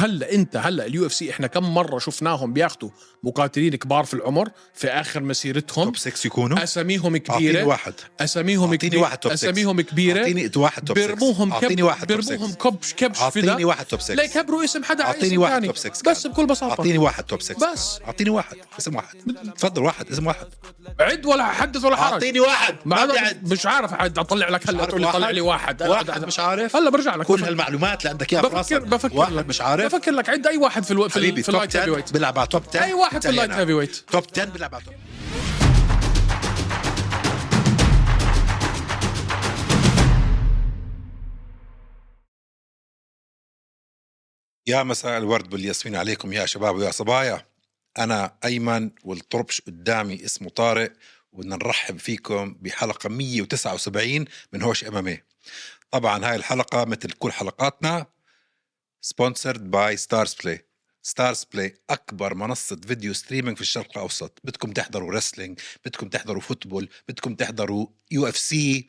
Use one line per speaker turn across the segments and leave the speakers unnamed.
هلا انت هلا اليو اف سي احنا كم مره شفناهم بياخذوا مقاتلين كبار في العمر في اخر مسيرتهم
توب 6 يكونوا
اساميهم
اعطيني
كبيره
واحد
اساميهم
أعطيني
كبيره
واحد توب six.
اساميهم كبيره
اعطيني واحد توب 6
بيرموهم كب
اعطيني واحد توب
بيرموهم
6
كبش كبش في
اعطيني
ده
واحد توب 6
لا يكبروا اسم حدا على
أعطيني
اسم
واحد
تاني.
توب six
بس
كان.
بكل بساطه
اعطيني واحد توب 6
بس.
اعطيني واحد اسم واحد تفضل واحد اسم واحد
عد ولا حدث ولا حرج
اعطيني واحد
ما
ما بدي
أنا
أعد.
مش عارف حد اطلع لك هلا
عارف
تقول لي طلع
واحد؟
لي واحد
واحد مش عارف
هلا برجع لك
كل هالمعلومات اللي عندك اياها في
بفكر
راسك
بفكر
واحد
لك
مش عارف
بفكر لك عد اي واحد في الو... في, ال...
حبيبي
في
توب
اللايت هيفي
10
ويت
بيلعب على توب 10
اي واحد في اللايت
اللايت
هيفي ويت
توب 10 بيلعب على توب يا مساء الورد بالياسمين عليكم يا شباب ويا صبايا أنا أيمن والطربش قدامي اسمه طارق وبدنا نرحب فيكم بحلقة 179 من هوش أمامي طبعا هاي الحلقة مثل كل حلقاتنا سبونسرد باي ستارز بلاي ستارز بلاي اكبر منصه فيديو ستريمينج في الشرق الاوسط بدكم تحضروا رسلينج بدكم تحضروا فوتبول بدكم تحضروا يو اف سي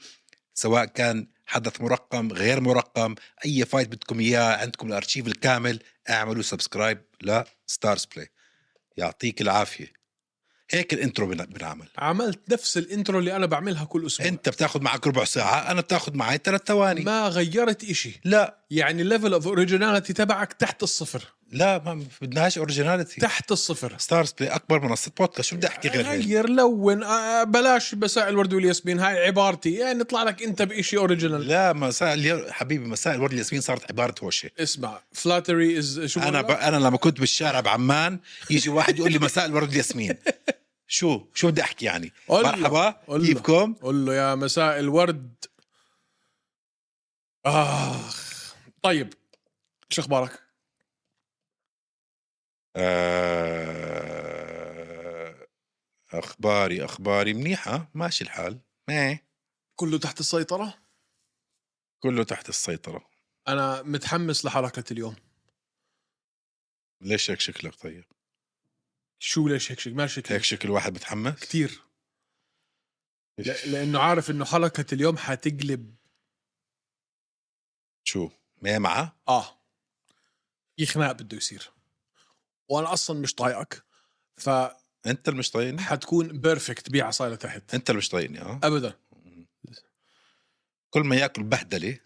سواء كان حدث مرقم غير مرقم اي فايت بدكم اياه عندكم الارشيف الكامل اعملوا سبسكرايب لستارز بلاي يعطيك العافيه هيك الانترو بن- بنعمل
عملت نفس الانترو اللي انا بعملها كل اسبوع
انت بتاخذ معك ربع ساعه انا بتاخذ معي ثلاث ثواني
ما غيرت إشي
لا
يعني الليفل اوف اوريجيناليتي تبعك تحت الصفر
لا ما بدناش اوريجيناليتي
تحت الصفر
ستارز بلاي اكبر منصه بودكاست شو بدي احكي إيه. غير هيك
غير لون آه، بلاش بساء الورد والياسمين هاي عبارتي يعني يطلع لك انت بإشي اوريجينال
لا مساء اليوم حبيبي مساء الورد الياسمين صارت عباره هوشه
اسمع فلاتري از شو
انا ب...
بقول لك؟
انا لما كنت بالشارع بعمان يجي واحد يقول لي مساء الورد الياسمين شو شو بدي احكي يعني
قول له،
مرحبا
قول له.
كيفكم
قول له يا مساء الورد اخ طيب شو اخبارك؟
آه... اخباري اخباري منيحه ماشي الحال ايه
كله تحت السيطرة؟
كله تحت السيطره
انا متحمس لحركة اليوم
ليش هيك شكلك طيب
شو ليش هيك شيء ما شكلي
هيك شكل واحد متحمس
كثير ل- لانه عارف انه حلقة اليوم حتقلب
شو ما معه
اه في خناق بده يصير وانا اصلا مش طايقك فحتكون
انت اللي مش طايقني
بيرفكت بيع عصايه لتحت
انت اللي مش طايقني اه
ابدا
كل ما ياكل بهدله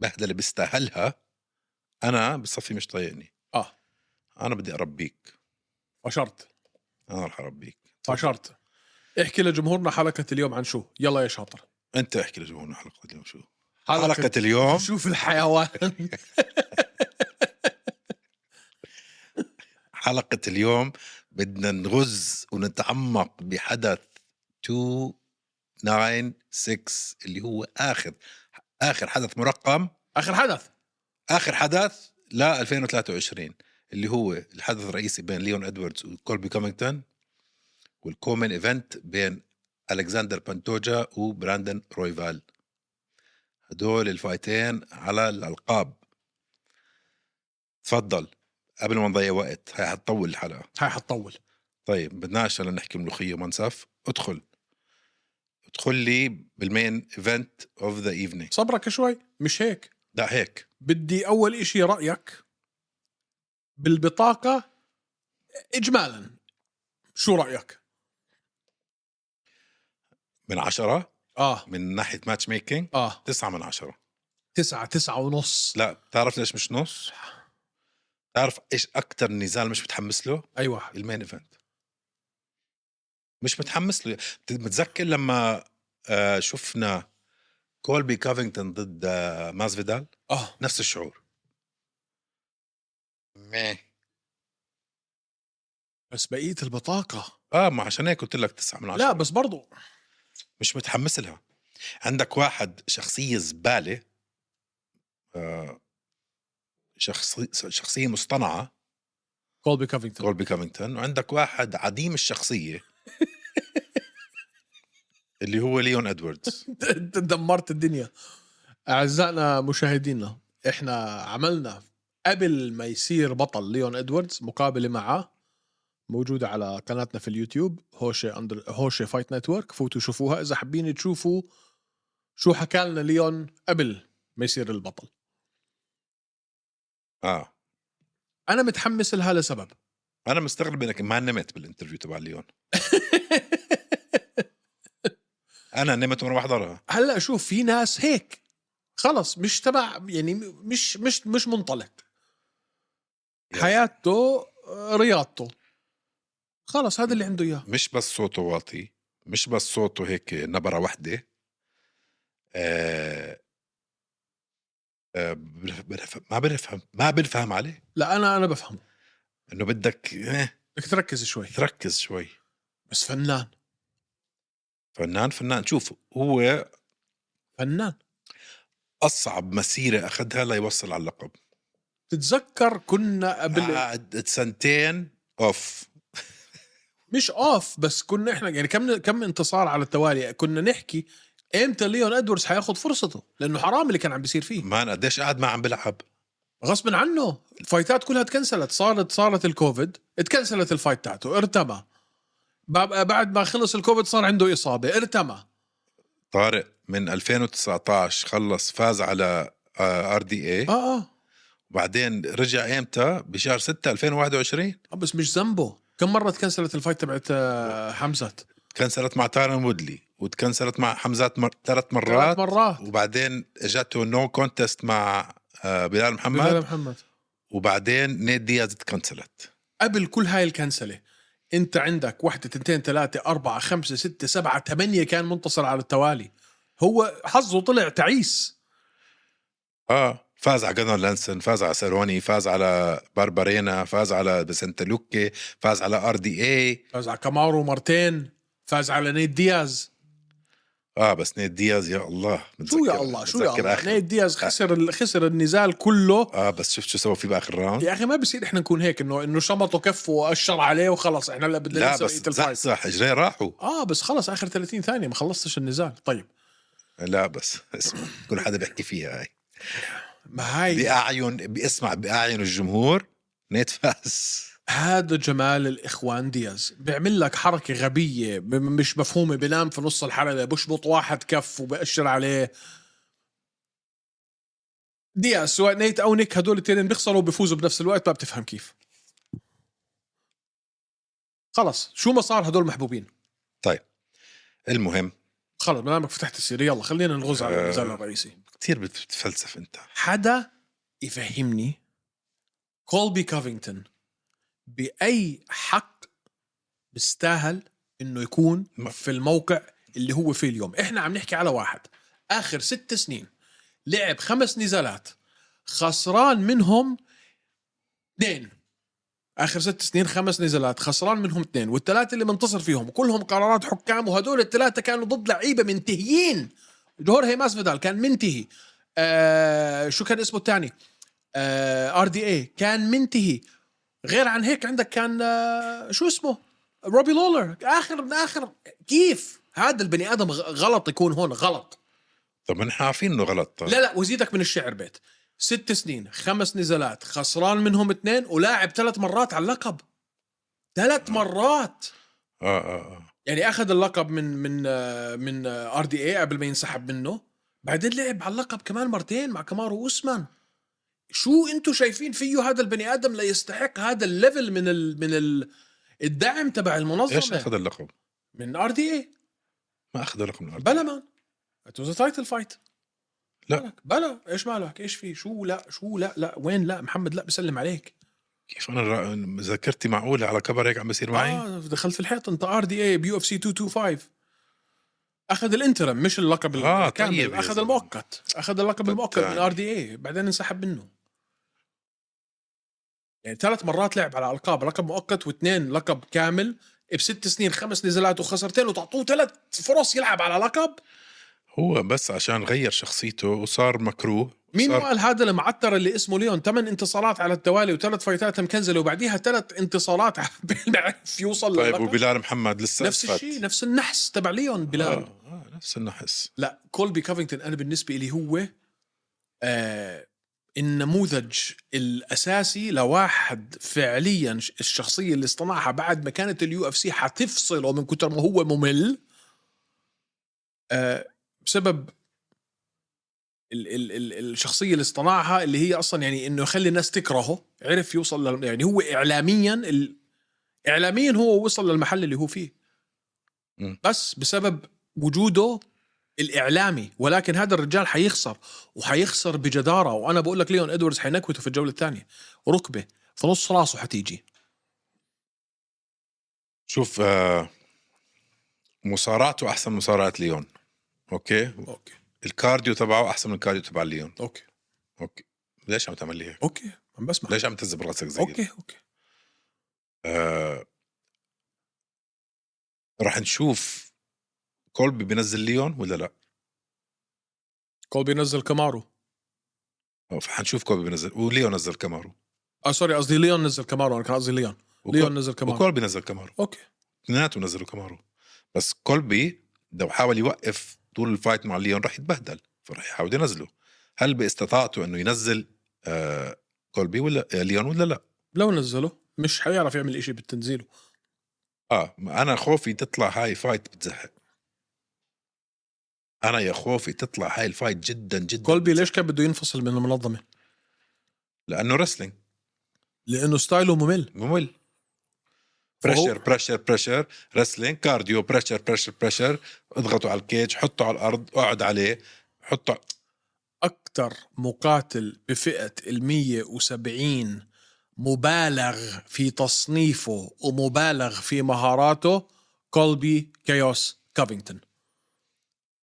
بهدله بيستاهلها انا بصفي مش طايقني
اه
انا بدي اربيك
فشرت
انا رح اربيك
فشرت احكي لجمهورنا حلقة اليوم عن شو يلا يا شاطر
انت احكي لجمهورنا حلقه اليوم شو حلقه اليوم
شوف الحيوان
حلقه اليوم بدنا نغز ونتعمق بحدث 296 اللي هو اخر اخر حدث مرقم
اخر حدث
اخر حدث ل 2023 اللي هو الحدث الرئيسي بين ليون ادواردز وكولبي كومينغتون والكومن ايفنت بين الكسندر بانتوجا وبراندن رويفال هدول الفايتين على الالقاب تفضل قبل ما نضيع وقت هاي حتطول الحلقه
هاي حتطول
طيب بدناش هلا نحكي ملوخيه ومنسف ادخل ادخل لي بالمين ايفنت اوف ذا ايفنينج
صبرك شوي مش هيك
لا هيك
بدي اول إشي رايك بالبطاقه اجمالا شو رايك
من عشرة
اه
من ناحيه ماتش ميكينج
اه
تسعة من عشرة
تسعة تسعة ونص
آه. لا بتعرف ليش مش نص؟ بتعرف ايش اكثر نزال مش متحمس له؟
اي واحد
المين ايفنت مش متحمس له بت- متذكر لما آه، شفنا كولبي كافينغتون ضد آه، ماس فيدال
اه
نفس الشعور ميه.
بس بقيه البطاقه
اه ما عشان هيك قلت لك تسعة من عشرة
لا بس برضو
مش متحمس لها عندك واحد شخصية زبالة آه، شخصي شخصية مصطنعة
كولبي كافينغتون
كولبي كافينغتون وعندك واحد عديم الشخصية اللي هو ليون ادواردز
انت دمرت الدنيا اعزائنا مشاهدينا احنا عملنا قبل ما يصير بطل ليون ادواردز مقابله معاه موجوده على قناتنا في اليوتيوب هوشه اندر هوشه فايت نتورك فوتوا شوفوها اذا حابين تشوفوا شو حكى لنا ليون قبل ما يصير البطل
اه
انا متحمس لها لسبب
انا مستغرب انك ما نمت بالانترفيو تبع ليون انا نمت وانا بحضرها
هلا شوف في ناس هيك خلص مش تبع يعني مش مش مش منطلق
يس.
حياته آه، رياضته خلص هذا اللي عنده اياه
مش بس صوته واطي مش بس صوته هيك نبره وحده آه آه بنف- بنف- ما بنفهم ما بنفهم عليه
لا انا انا بفهمه
انه بدك إيه
بدك تركز شوي
تركز شوي
بس فنان
فنان فنان شوف هو
فنان
اصعب مسيره اخذها ليوصل على اللقب
تتذكر كنا قبل
قعد سنتين اوف
مش اوف بس كنا احنا يعني كم كم انتصار على التوالي كنا نحكي امتى ليون ادوردز حياخد فرصته لانه حرام اللي كان عم بيصير فيه
مان قديش قعد ما عم بلعب
غصب عنه الفايتات كلها تكنسلت صارت صارت الكوفيد تكنسلت الفايت تاعته ارتمى بع- بعد ما خلص الكوفيد صار عنده اصابه ارتمى
طارق من 2019 خلص فاز على آه، ار دي اي
اه اه
وبعدين رجع امتى بشهر 6 2021
آه، بس مش ذنبه كم مره تكنسلت الفايت تبعت آه، حمزه
تكنسلت مع تارن وودلي وتكنسلت مع حمزات مر... ثلاث مرات
ثلاث مرات
وبعدين اجته نو كونتست مع آه، بلال محمد
بلال محمد
وبعدين نيد دياز تكنسلت
قبل كل هاي الكنسله انت عندك واحدة تنتين ثلاثة أربعة خمسة ستة سبعة ثمانية كان منتصر على التوالي هو حظه طلع تعيس
اه فاز على جونر لانسون فاز على سيروني فاز على باربارينا فاز على بسنتا لوكي فاز على ار دي إيه. اي
فاز على كامارو مرتين فاز على نيد دياز
اه بس نيد دياز يا الله
شو
بتذكر-
يا الله شو يا
بتذكر
الله
آخر-
نيد دياز خسر ال- خسر النزال كله
اه بس شفت شو سوى فيه باخر راوند
يا اخي ما بصير احنا نكون هيك انه انه شمطه كفه واشر عليه وخلص احنا هلا بدنا
لا
ننسى
بس
بقية الفايز
صح رجليه راحوا
اه بس خلص اخر 30 ثانيه ما خلصتش النزال طيب
لا بس اسمع كل حدا بيحكي فيها هاي
ما هاي
باعين بيسمع باعين الجمهور نيت فاز
هذا جمال الاخوان دياز بيعمل لك حركه غبيه ب- مش مفهومه بنام في نص الحلبه بشبط واحد كف وبأشر عليه دياز سواء نيت او نيك هدول التنين بيخسروا وبيفوزوا بنفس الوقت ما بتفهم كيف خلص شو ما صار هدول محبوبين
المهم
خلص ما دامك فتحت السيره يلا خلينا نغوز على النزال الرئيسي
كثير بتفلسف انت
حدا يفهمني كولبي كوفينغتون بأي حق بيستاهل انه يكون
ما-
في الموقع اللي هو فيه اليوم احنا عم نحكي على واحد اخر ست سنين لعب خمس نزالات خسران منهم اثنين اخر ست سنين خمس نزالات خسران منهم اثنين والثلاثه اللي منتصر فيهم كلهم قرارات حكام وهدول الثلاثه كانوا ضد لعيبه منتهيين جورهي ماسفيدال كان منتهي آه شو كان اسمه الثاني ار دي اي كان منتهي غير عن هيك عندك كان آه شو اسمه روبي لولر اخر من اخر كيف هذا البني ادم غ- غلط يكون هون غلط
طب ما نحن عارفين انه غلط طيب. طب.
لا لا وزيدك من الشعر بيت ست سنين خمس نزالات خسران منهم اثنين ولاعب ثلاث مرات على اللقب ثلاث مرات
اه اه اه
يعني اخذ اللقب من من آه، من ار دي اي قبل ما ينسحب منه بعدين لعب على اللقب كمان مرتين مع كامارو اوسمان شو انتم شايفين فيه هذا البني ادم ليستحق هذا الليفل من ال من ال الدعم تبع
ايش
المنظمه
اخذ اللقب؟
من ار دي اي
ما اخذ اللقب من إيه. الارض
بلا مان ات واز تايتل فايت
لا.
مالك؟ بلا ايش مالك ايش في شو لا شو لا لا وين لا محمد لا بسلم عليك
كيف انا را- ذاكرتي معقوله على كبر هيك عم بيصير معي؟ آه.
اه دخلت في الحيط انت ار دي اي بيو اف سي 225 اخذ الانترم مش اللقب
آه،
الكامل
طيب يا
اخذ
زلمة.
المؤقت اخذ اللقب
طب
المؤقت من
يعني.
ار دي اي بعدين انسحب منه يعني ثلاث مرات لعب على القاب لقب مؤقت واثنين لقب كامل بست سنين خمس نزالات وخسرتين وتعطوه ثلاث فرص يلعب على لقب
هو بس عشان غير شخصيته وصار مكروه
مين
صار
قال هذا المعتر اللي اسمه ليون ثمان انتصارات على التوالي وثلاث فايتات مكنزله وبعديها ثلاث انتصارات ما عرف يوصل
طيب
للقب؟
وبلال محمد لسه
نفس
أثبت.
الشيء نفس النحس تبع ليون بلال
آه. آه. نفس النحس
لا كولبي كافينغتون انا بالنسبه لي هو آه النموذج الاساسي لواحد فعليا ش- الشخصيه اللي اصطنعها بعد ما كانت اليو اف سي حتفصله من كتر ما هو ممل آه بسبب ال ال ال الشخصيه اللي اصطنعها اللي هي اصلا يعني انه يخلي الناس تكرهه عرف يوصل لل- يعني هو اعلاميا ال- اعلاميا هو وصل للمحل اللي هو فيه
مم.
بس بسبب وجوده الاعلامي ولكن هذا الرجال حيخسر وحيخسر بجداره وانا بقول لك ليون ادواردز حينكوته في الجوله الثانيه ركبه في نص راسه حتيجي
شوف آه، مصاراته احسن مصارعه ليون اوكي
اوكي
الكارديو تبعه احسن من الكارديو تبع ليون
اوكي
اوكي ليش عم تعمل لي هيك
اوكي عم بسمع
ليش عم تذب راسك زي هيك؟
اوكي اوكي
آه رح نشوف كولبي بينزل ليون ولا لا
كولبي نزل كمارو
أو حنشوف كولبي بينزل وليون نزل كامارو
اه سوري قصدي ليون نزل كمارو انا كان قصدي ليون
وكول-
ليون نزل كمارو
وكولبي نزل كامارو
اوكي
اثنيناتهم نزلوا كامارو بس كولبي لو حاول يوقف طول الفايت مع ليون رح يتبهدل فرح يحاول ينزله هل باستطاعته انه ينزل آه كولبي ولا آه ليون ولا لا
لو نزله مش حيعرف يعمل إشي بالتنزيله
اه ما انا خوفي تطلع هاي فايت بتزهق انا يا خوفي تطلع هاي الفايت جدا جدا
كولبي ليش كان بده ينفصل من المنظمه
لانه رسلينج
لانه ستايله ممل
ممل
فهو-
بريشر بريشر بريشر رسلينج كارديو بريشر بريشر بريشر اضغطوا على الكيج حطوا على الارض اقعد عليه حطوا
اكثر مقاتل بفئه ال 170 مبالغ في تصنيفه ومبالغ في مهاراته كولبي كيوس كافينغتون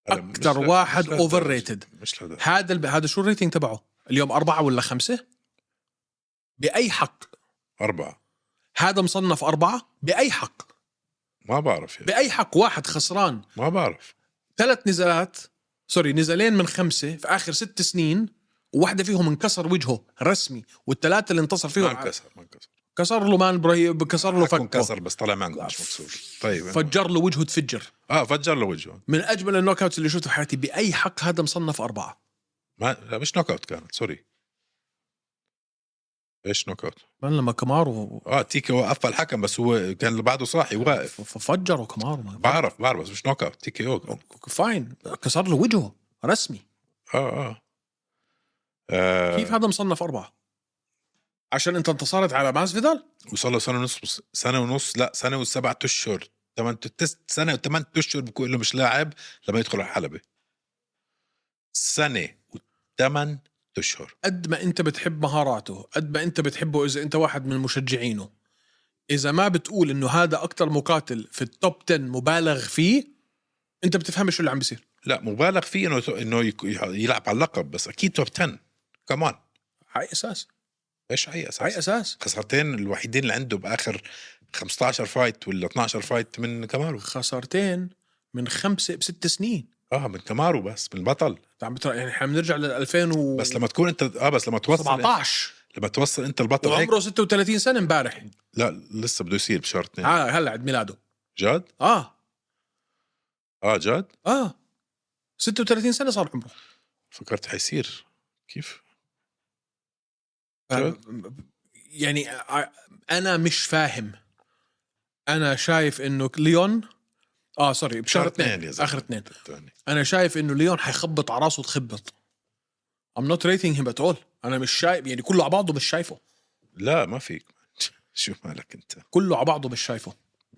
هلا مش
أكتر
لا-
واحد
مش لهالدرجة.
overrated.
مش لهالدرجة.
هذا الب... هذا شو الريتنج تبعه اليوم أربعة ولا خمسة بأي حق
اربعه
هذا مصنف أربعة بأي حق
ما بعرف يعني.
بأي حق واحد خسران
ما بعرف
ثلاث نزالات سوري نزالين من خمسة في آخر ست سنين وواحدة فيهم انكسر وجهه رسمي والثلاثة اللي انتصر
ما
فيهم
انكسر ما انكسر
كسر له مان برهيب كسر له
حكون
فكه
كسر بس طلع معنا مش مكسور طيب
فجر له وجهه تفجر
اه فجر له وجهه
من اجمل النوك اوتس اللي شفته في حياتي باي حق هذا مصنف اربعه
ما لا مش نوك اوت كانت سوري ايش نوك اوت؟
مان لما كمارو
اه تيكي وقف الحكم بس هو كان اللي بعده صاحي واقف
ف- فجروا كمارو مان.
بعرف بعرف بس مش نوك اوت تيكي او كان.
فاين كسر له وجهه رسمي
اه اه, آه
كيف هذا مصنف اربعه عشان انت انتصرت على ماسفيدال
وصار له سنه ونص سنه ونص لا سنه وسبعة اشهر ثمان تس سنه وثمان اشهر بكون له مش لاعب لما يدخل على الحلبه سنه وثمان اشهر
قد ما انت بتحب مهاراته قد ما انت بتحبه اذا انت واحد من مشجعينه اذا ما بتقول انه هذا اكتر مقاتل في التوب 10 مبالغ فيه انت بتفهم شو اللي عم بيصير
لا مبالغ فيه انه انه يك- يلعب على اللقب بس اكيد توب 10 كمان
على اساس
ايش هي
على
اساس
اساس
خسارتين الوحيدين اللي عنده باخر 15 فايت ولا 12 فايت من كامارو
خسارتين من خمسه بست سنين
اه من كامارو بس من البطل
أنت عم بتر... يعني احنا بنرجع لل 2000 و
بس لما تكون انت اه بس لما توصل
17
لما توصل انت البطل هيك إيه.
وعمره 36 سنه امبارح
لا لسه بده يصير بشهر اثنين
ها- هلا عيد ميلاده
جد؟
اه
اه جد؟
اه 36 سنه صار عمره
فكرت حيصير كيف؟
فاهم؟ آه، يعني ع- انا مش فاهم انا شايف انه ليون اه سوري بشهر اثنين
يا زلمة.
اخر اثنين
الثاني.
انا شايف انه ليون حيخبط على راسه تخبط I'm not rating him at all انا مش شايف يعني كله على بعضه مش شايفه
لا ما فيك شو مالك انت؟
كله على بعضه مش شايفه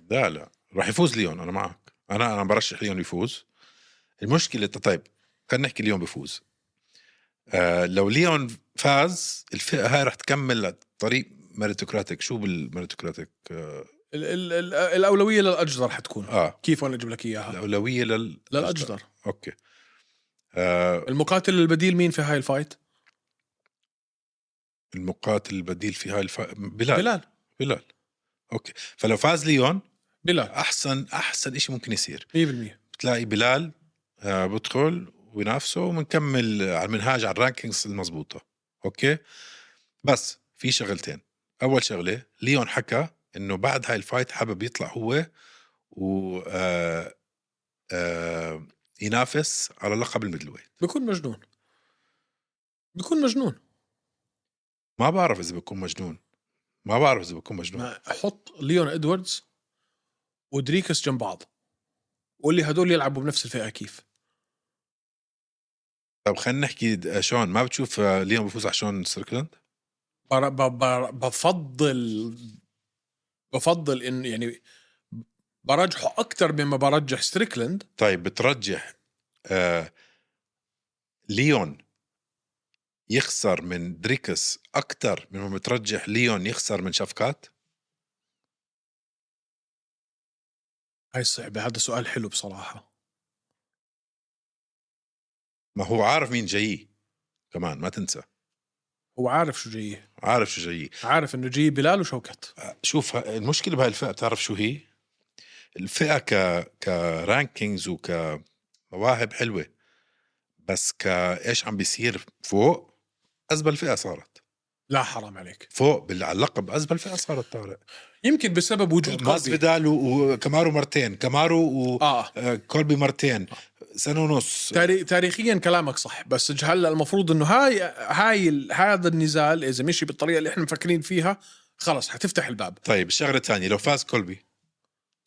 لا لا راح يفوز ليون انا معك انا انا برشح ليون يفوز المشكله انت طيب خلينا نحكي ليون بيفوز آه لو ليون فاز الفئه هاي راح تكمل طريق ميريتوكراتيك شو بالميريتوكراتيك آه,
ال- ال- ال- الاولويه للاجدر حتكون
اه
كيف انا اجيب لك اياها
الاولويه لل
للاجدر
اوكي آه
المقاتل البديل مين في هاي الفايت
المقاتل البديل في هاي الف... بلال بلال,
بلال
بلال. اوكي فلو فاز ليون
بلال
احسن احسن شيء ممكن يصير
100%
بتلاقي بلال آه، بدخل وينافسه وبنكمل على المنهاج على الرانكينجز المضبوطه اوكي بس في شغلتين اول شغله ليون حكى انه بعد هاي الفايت حابب يطلع هو و آه، آه، ينافس على لقب الميدل ويت
بيكون مجنون بيكون مجنون
ما بعرف اذا بكون مجنون ما بعرف اذا بكون مجنون
ما حط ليون ادواردز ودريكس جنب بعض قول لي هدول يلعبوا بنفس الفئه كيف
طب خلينا نحكي د- شون ما بتشوف آه، ليون بفوز على شون ستريكلاند
بر- ب- بر- بفضل بفضل انه يعني برجحه اكثر مما برجح ستريكلند
طيب بترجح آه ليون يخسر من دريكس اكثر مما بترجح ليون يخسر من شفكات
هاي صعبه هذا سؤال حلو بصراحه
ما هو عارف مين جاي كمان ما تنسى
هو عارف شو جايه
عارف شو جاي
عارف انه جاي بلال وشوكت
شوف ه- المشكله بهاي الفئه بتعرف شو هي الفئه ك كرانكينجز وكمواهب حلوه بس كايش عم بيصير فوق ازبل فئه صارت
لا حرام عليك
فوق بال- على اللقب ازبل فئه صارت طارق
يمكن بسبب وجود كولبي
ماسفيدال و- وكمارو مرتين كمارو
اه
وكولبي مرتين سنه ونص
تاري... تاريخيا كلامك صح بس ج- هلا المفروض انه هاي هاي ال- هذا النزال اذا مشي بالطريقه اللي احنا مفكرين فيها خلص حتفتح الباب
طيب الشغله الثانيه لو فاز كولبي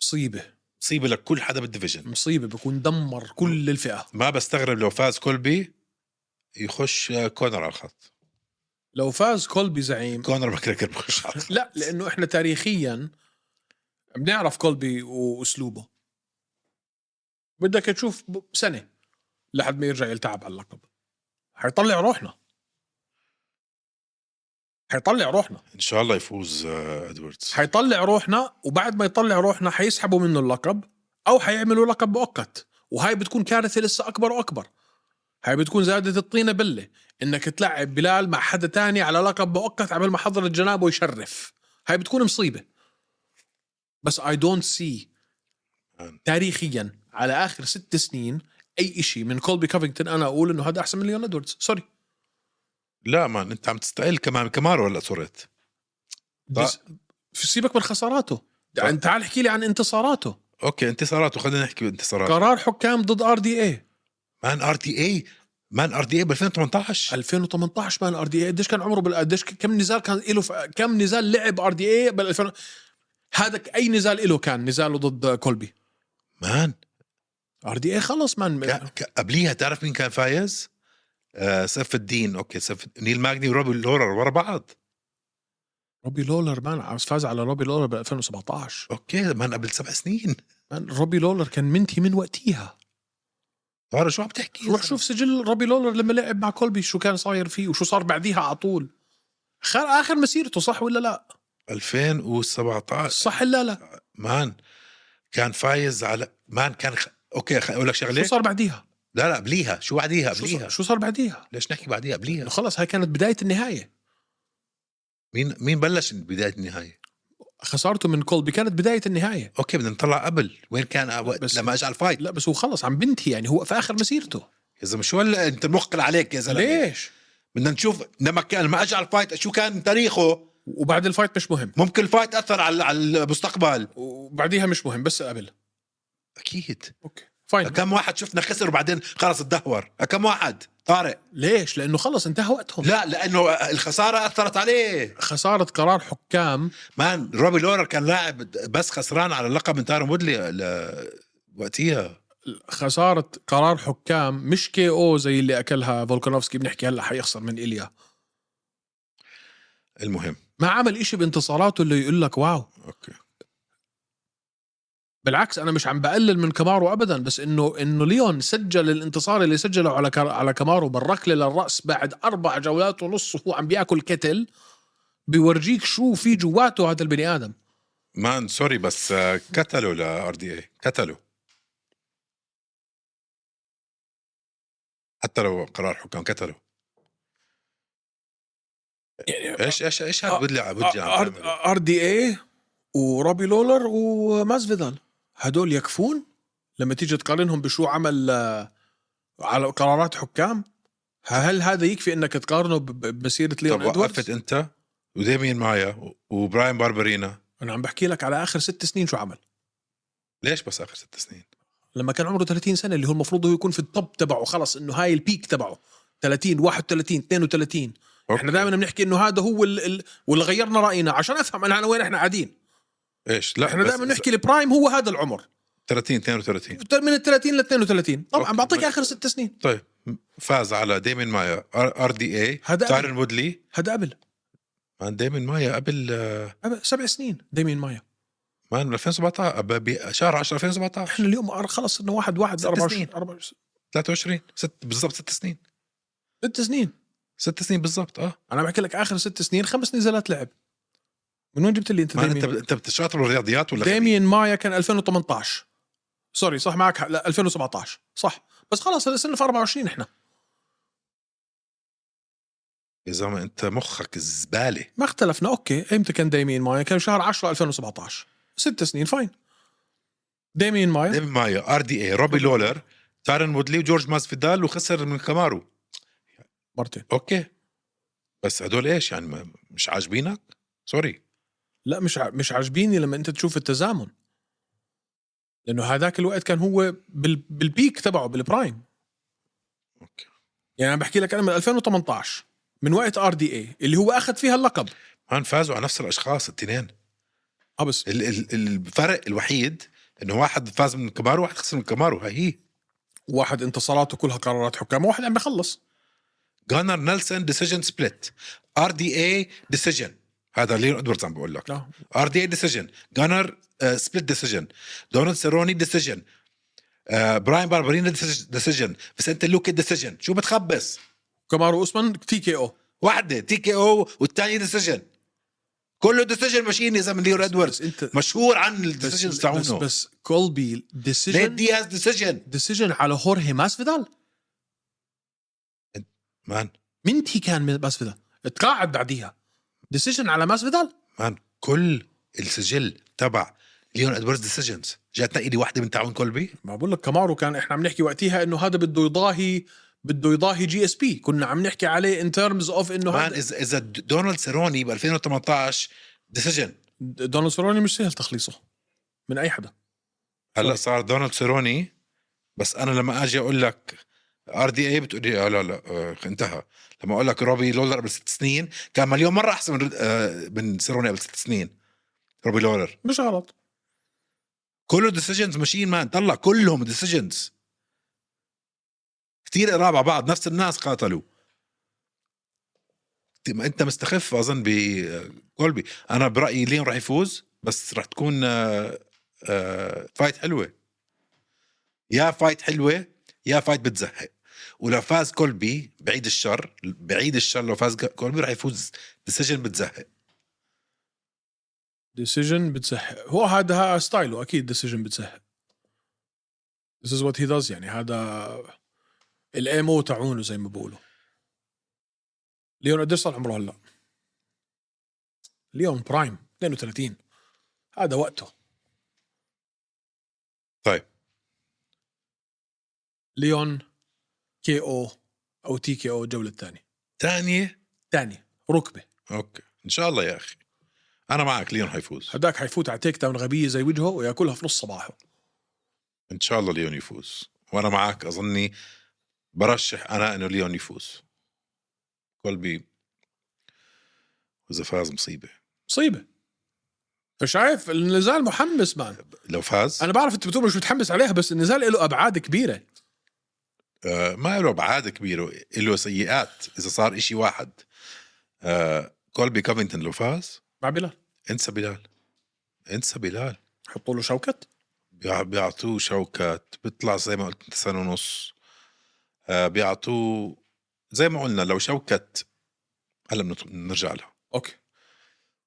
مصيبه
مصيبه لك كل حدا بالديفيجن
مصيبه بكون دمر كل الفئه
ما بستغرب لو فاز كولبي يخش آه، كونر على الخط
لو فاز كولبي زعيم
كونر ماكريكر بخش على الخط
لا لانه احنا تاريخيا بنعرف كولبي واسلوبه بدك تشوف ب- سنه لحد ما يرجع يلتعب على اللقب حيطلع روحنا حيطلع روحنا
ان شاء الله يفوز آه، ادواردز
حيطلع روحنا وبعد ما يطلع روحنا حيسحبوا منه اللقب او حيعملوا لقب مؤقت وهاي بتكون كارثه لسه اكبر واكبر هاي بتكون زادت الطينه بله انك تلعب بلال مع حدا تاني على لقب مؤقت عمل ما حضر الجناب ويشرف هاي بتكون مصيبه بس اي دونت سي تاريخيا على اخر ست سنين اي إشي من كولبي كافينغتون انا اقول انه هذا احسن من ليون ادوردز سوري
لا مان انت عم تستقل كمان كمارو هلا صرت
بس في سيبك من خساراته يعني تعال احكي لي عن انتصاراته
اوكي انتصاراته خلينا نحكي بانتصارات
قرار حكام ضد ار دي اي
مان ار تي اي مان ار تي اي ب 2018
2018 مان ار دي اي قديش كان عمره بال- قديش كم نزال كان له كم نزال لعب ار دي اي بال 2000 هذا ك- اي نزال له كان نزاله ضد كولبي
مان
ار دي اي خلص مان
ك- ك- قبليها تعرف مين كان فايز؟ آه سيف الدين اوكي سيف نيل ماجني وروبي لورر ورا بعض
روبي لولر مان عاوز فاز على روبي لولر بال 2017
اوكي مان قبل سبع سنين
مان روبي لولر كان منتهي من وقتها
طارق شو عم تحكي؟
روح شوف سجل روبي لولر لما لعب مع كولبي شو كان صاير فيه وشو صار بعديها على طول خل اخر مسيرته صح ولا لا؟
2017
صح ولا لا؟
مان كان فايز على مان كان خ... اوكي خ... اقول لك
شو
شغله
صار بعديها؟
لا لا قبليها شو بعديها
شو صار-
قبليها
شو صار بعديها؟
ليش نحكي بعديها قبليها
خلص هاي كانت بدايه النهايه
مين مين بلش بدايه النهايه
خسارته من كولبي كانت بدايه النهايه
اوكي بدنا نطلع قبل وين كان
بس-
وقت لما اجى على الفايت
لا بس هو خلص عم بنتهي يعني هو في اخر مسيرته
يا زلمه شو هلا انت موقل عليك يا زلمه
ليش
بدنا نشوف لما كان لما اجى على الفايت شو كان تاريخه
وبعد الفايت مش مهم
ممكن الفايت اثر على على المستقبل
وبعديها مش مهم بس قبل
اكيد
اوكي فاين
كم واحد شفنا خسر وبعدين خلص تدهور كم واحد طارق
ليش لانه خلص انتهى وقتهم
لا لانه الخساره اثرت عليه
خساره قرار حكام
مان روبي لورر كان لاعب بس خسران على اللقب من تايرون وودلي ل- وقتها
خساره قرار حكام مش كي او زي اللي اكلها فولكانوفسكي بنحكي هلا حيخسر من ايليا
المهم
ما عمل إشي بانتصاراته اللي يقول لك واو
اوكي
بالعكس انا مش عم بقلل من كامارو ابدا بس انه انه ليون سجل الانتصار اللي سجله على كار على كامارو بالركله للراس بعد اربع جولات ونص وهو عم بياكل كتل بيورجيك شو في جواته هذا البني ادم
مان سوري بس آه، كتلوا لار دي إيه. اي كتلوا حتى لو قرار حكام كتلوا ايش ايش ايش هاد
آه،
بدلع بدلع
ار دي اي ورابي لولر ومازفيدال هدول يكفون لما تيجي تقارنهم بشو عمل آه، على قرارات حكام هل هذا يكفي انك تقارنه ب- ب- بمسيره ليون
طب وقفت
ادواردز؟
انت وديمين مايا و- وبراين باربرينا
انا عم بحكي لك على اخر ست سنين شو عمل
ليش بس اخر ست سنين؟
لما كان عمره 30 سنه اللي هو المفروض هو يكون في الطب تبعه خلص انه هاي البيك تبعه 30 31 32 احنا
أوكي.
دائما بنحكي انه هذا هو ال- ال- واللي غيرنا راينا عشان افهم انا على وين احنا قاعدين
ايش لا
احنا
بس-
دائما نحكي البرايم هو هذا العمر
30 32
من ال 30 لل 32 طبعا
أوكي.
بعطيك اخر ست سنين
طيب فاز على ديمين مايا ار دي اي
هذا
تايرن وودلي
هذا قبل
مان ديمين مايا قبل
قبل سبع سنين ديمين مايا
مان 2017 أب- بشهر 10 2017
احنا اليوم أر- خلص انه واحد واحد
ست
24
سنين.
24
23 ست بالضبط ست سنين
ست سنين
ست سنين بالضبط اه
انا بحكي لك اخر ست سنين خمس نزالات لعب من وين جبت لي انت
مان انت
ديمين
انت بتشاطر بالرياضيات ولا خبيث؟
ديمين مايا كان 2018 سوري صح معك حق لا 2017 صح بس خلاص هلا صرنا في 24 احنا
يا زلمه انت مخك الزباله
ما اختلفنا اوكي امتى كان ديمين مايا كان شهر 10 2017 ست سنين فاين ديمين مايا
ديمين مايا ار دي اي روبي لولر تايرن وودلي وجورج ماسفيدال وخسر من كامارو
مرتين
اوكي بس هدول ايش يعني ما- مش عاجبينك سوري
لا مش ع... مش عاجبيني لما انت تشوف التزامن لانه هذاك الوقت كان هو بال... بالبيك تبعه بالبرايم
اوكي
يعني انا بحكي لك انا من 2018 من وقت ار دي اي اللي هو اخذ فيها اللقب
مان فازوا على نفس الاشخاص الاثنين
اه بس
ال- ال- الفرق الوحيد انه واحد فاز من كامارو واحد خسر من كامارو هاي هي
واحد انتصاراته كلها قرارات حكام وواحد عم بخلص
جانر نيلسون ديسيجن سبليت ار دي اي ديسيجن هذا ليون ادواردز عم بقول لك
لا
ار دي اي ديسيجن جانر سبليت ديسيجن آه، دونالد سيروني ديسيجن براين باربرينا ديسيجن بس انت لوكي ديسيجن شو بتخبص
كامارو اوسمان تي كي او
واحده تي كي او والثانيه ديسيجن كله ديسيجن ماشين يا زلمه ليون
بس
ادواردز
انت
مشهور عن
بس
الديسيجنز
بس,
تاعونه
بس كولبي
ليه
ديسيجن
دياز ديسيجن
ديسيجن على هورهي ماسفيدال
مان
مين كان ماسفيدال تقاعد بعديها ديسيجن على ماسفيدال
مان كل السجل تبع ليون ادواردز ديسيجنز جات نقلي واحده من تعاون كولبي
ما بقول لك كامارو كان احنا عم نحكي وقتها انه هذا بده يضاهي بده يضاهي جي اس بي كنا عم نحكي عليه ان ترمز اوف انه
مان
هذا
اذا اذا دونالد سيروني ب 2018 ديسيجن
دونالد سيروني مش سهل تخليصه من اي حدا
هلا
سوري.
صار دونالد سيروني بس انا لما اجي اقول لك ار دي اي بتقول لي آه لا لا آه انتهى لما اقول لك روبي لولر قبل ست سنين كان مليون مره احسن من آه من سيروني قبل ست سنين روبي لولر
مش غلط
كله ديسيجنز ماشيين مان طلع كلهم ديسيجنز كثير قراب على بعض نفس الناس قاتلوا طيب، ما انت مستخف آه، اظن بكولبي انا برايي لين راح يفوز بس راح تكون آه، آه، فايت حلوه يا فايت حلوه يا فايت بتزهق ولو فاز كولبي بعيد الشر بعيد الشر لو فاز كولبي راح يفوز ديسيجن بتزهق
ديسيجن بتسهل هو هذا ها- ستايله اكيد ديسيجن بتسهل This is what he does يعني هذا الايم او تاعونه زي ما بقولوا ليون قديش صار عمره هلا؟ ليون برايم 32 هذا وقته
طيب
ليون كي او او تي كي او الجوله الثانيه
ثانيه
ثاني ركبه
اوكي ان شاء الله يا اخي انا معك ليون حيفوز
هداك حيفوت على تيك داون غبيه زي وجهه وياكلها في نص صباحه
ان شاء الله ليون يفوز وانا معك اظني برشح انا انه ليون يفوز كولبي واذا فاز مصيبه
مصيبه فشايف النزال محمس مان
لو فاز
انا بعرف انت بتقول مش متحمس عليها بس النزال له ابعاد كبيره
آه ما له ابعاد كبيره له سيئات اذا صار إشي واحد آه كولبي كوفينتون لو فاز
مع بلال
انسى بلال انسى بلال
حطوا له شوكت
بيع- بيعطوه شوكات بيطلع زي ما قلت انت سنه ونص آه بيعطوه زي ما قلنا لو شوكت هلا بنط- بنرجع لها
اوكي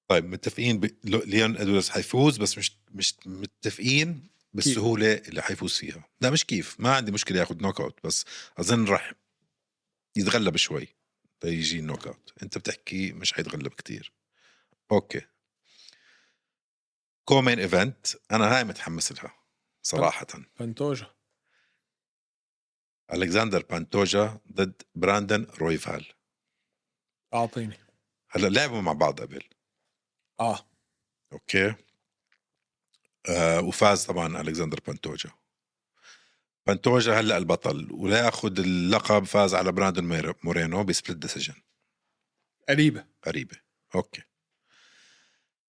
طيب متفقين ب... لو- ليون ادواردز حيفوز بس مش مش متفقين بالسهوله اللي حيفوز فيها لا مش كيف ما عندي مشكله ياخذ نوك اوت بس اظن راح يتغلب شوي ليجي النوك اوت انت بتحكي مش حيتغلب كتير اوكي كومين ايفنت انا هاي متحمس لها صراحه
فانتوجا
الكسندر بانتوجا ضد براندن رويفال
اعطيني
هلا لعبوا مع بعض قبل
اه
اوكي آه وفاز طبعا الكسندر بانتوجا بانتوجا هلا البطل ولا ياخذ اللقب فاز على براندون مير- مورينو بسبليت ديسيجن
قريبه
قريبه اوكي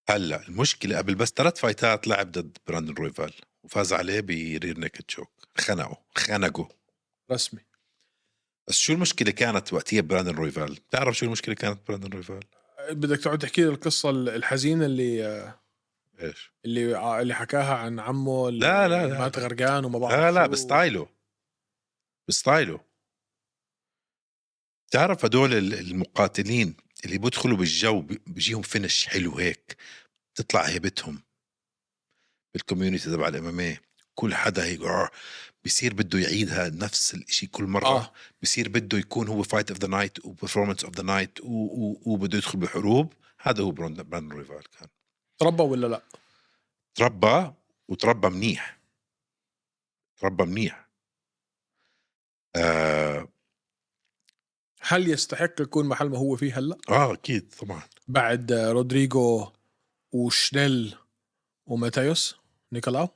هلا المشكله قبل بس ثلاث فايتات لعب ضد براندون رويفال وفاز عليه برير نيكد شوك خنقه خنقه
رسمي
بس شو المشكله كانت وقتها براندن رويفال بتعرف شو المشكله كانت براندن رويفال
بدك تقعد تحكي لي القصه الحزينه اللي
ايش
اللي اللي حكاها عن عمه اللي
لا- لا- لا.
مات غرقان وما بعرف
لا لا
شو.
بستايله بستايله بتعرف هدول ال- المقاتلين اللي بيدخلوا بالجو بي- بيجيهم فينش حلو هيك بتطلع هيبتهم بالكوميونتي تبع الامامية كل حدا هيك "آه". بصير بده يعيدها نفس الشيء كل مره
اه
بصير بده يكون هو فايت اوف ذا نايت وبرفورمانس اوف ذا نايت وبده يدخل بحروب هذا هو برون- براندن رويفال كان
تربى ولا لا
تربى وتربى منيح تربى منيح آه,
هل يستحق يكون محل ما هو فيه هلا
اه اكيد طبعا
بعد آه، رودريجو وشنيل وماتيوس نيكولاو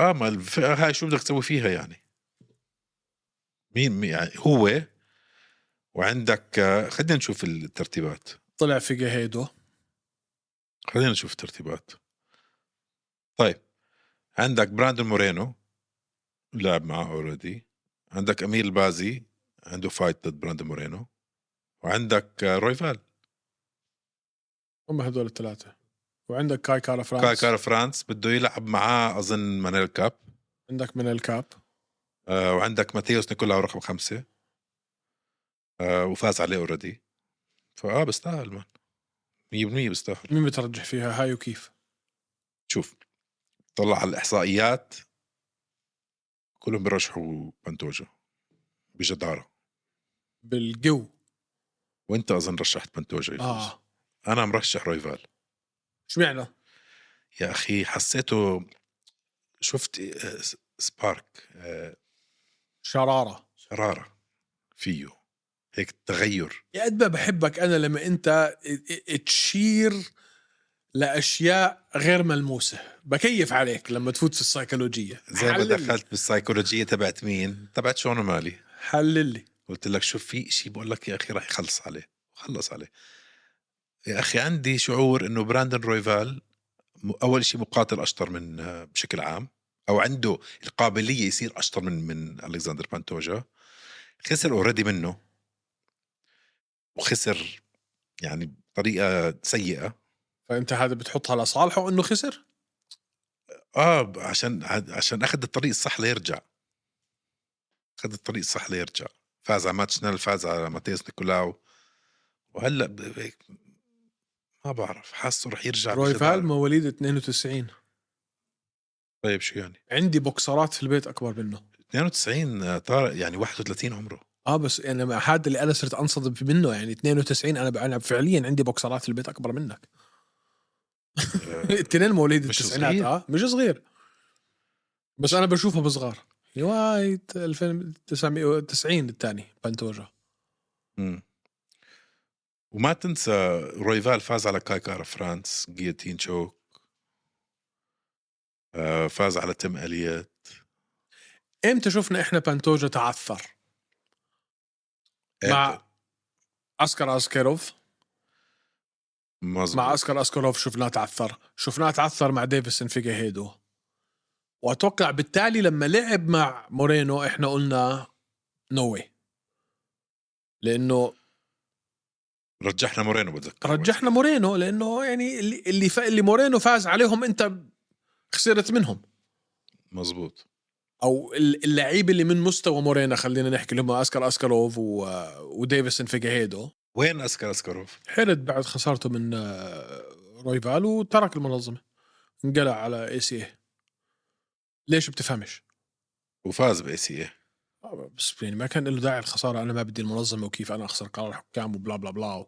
اه ما الفئه هاي شو بدك تسوي فيها يعني مين مين- يعني هو وعندك آه خلينا نشوف الترتيبات
طلع في جهيدو
خلينا نشوف الترتيبات طيب عندك براندون مورينو لعب معه اوريدي عندك امير البازي عنده فايت ضد براندون مورينو وعندك آه، رويفال
هم هدول الثلاثه وعندك كاي كارا فرانس
كاي كار فرانس بده يلعب معاه اظن مانيل كاب
عندك من الكاب
آه وعندك ماتيوس نيكولاو رقم خمسه آه وفاز عليه اوريدي فاه بيستاهل مان 100% بيستاهل
مين بترجح فيها هاي وكيف
شوف طلع على الاحصائيات كلهم بيرشحوا بنتوجا بجداره
بالجو
وانت اظن رشحت بنتوجا يفوز
اه
انا مرشح رويفال
شو معنى
يا اخي حسيته شفت آه، سبارك آه،
شراره
شراره فيه هيك تغير
يا قد ما بحبك انا لما انت تشير لاشياء غير ملموسه بكيف عليك لما تفوت في السيكولوجيه
زي ما
حلل لي.
دخلت بالسيكولوجيه تبعت مين تبعت شون مالي
حلل لي
قلت لك شوف في شيء بقول لك يا اخي راح يخلص عليه خلص عليه يا اخي عندي شعور انه براندن رويفال م- اول شيء مقاتل اشطر من آه، بشكل عام او عنده القابليه يصير اشطر من من الكسندر بانتوجا خسر اوريدي منه وخسر يعني بطريقه سيئه
فانت هذا بتحطها لصالحه انه خسر
اه ب- عشان ع- عشان اخذ الطريق الصح ليرجع اخذ الطريق الصح ليرجع فاز على ماتشنال فاز على ماتياس نيكولاو وهلا ب- هيك ما بعرف حاسه رح يرجع بخدعة.
رويفال مواليد 92
طيب شو يعني
عندي بوكسرات في البيت اكبر منه
92 آه، طارق يعني 31 عمره
اه بس يعني مع هذا اللي انا صرت انصدم منه يعني 92 انا بلعب فعليا عندي بوكسرات في البيت اكبر منك
آه،
الاثنين مواليد
مش
التسعينات
صغير.
اه مش صغير بس انا بشوفها بصغار رواية 1990 الثاني بانتوجا
مم. وما تنسى رويفال فاز على كايكارا فرانس جيتين شوك آه، فاز على تيم اليت
امتى شفنا احنا بانتوجا تعثر
إيه،
مع عسكر اسكيروف
مظبوط.
مع اسكر اسكروف شفناه تعثر شفناه تعثر مع ديفيسون في جهيدو واتوقع بالتالي لما لعب مع مورينو احنا قلنا نو واي لانه
رجحنا مورينو بتذكر
رجحنا مورينو لانه يعني اللي اللي, ف... اللي مورينو فاز عليهم انت خسرت منهم
مزبوط
او ال- اللعيبه اللي من مستوى مورينا خلينا نحكي اللي هم اسكر اسكروف و... وديفيسون في جهيدو
وين اسكر اسكروف؟
حرد بعد خسارته من آه، رويفال وترك المنظمه انقلع على اي سي ليش بتفهمش؟
وفاز باي سي إيه. اي
آه، بس يعني ما كان له داعي الخساره انا ما بدي المنظمه وكيف انا اخسر قرار الحكام وبلا بلا بلا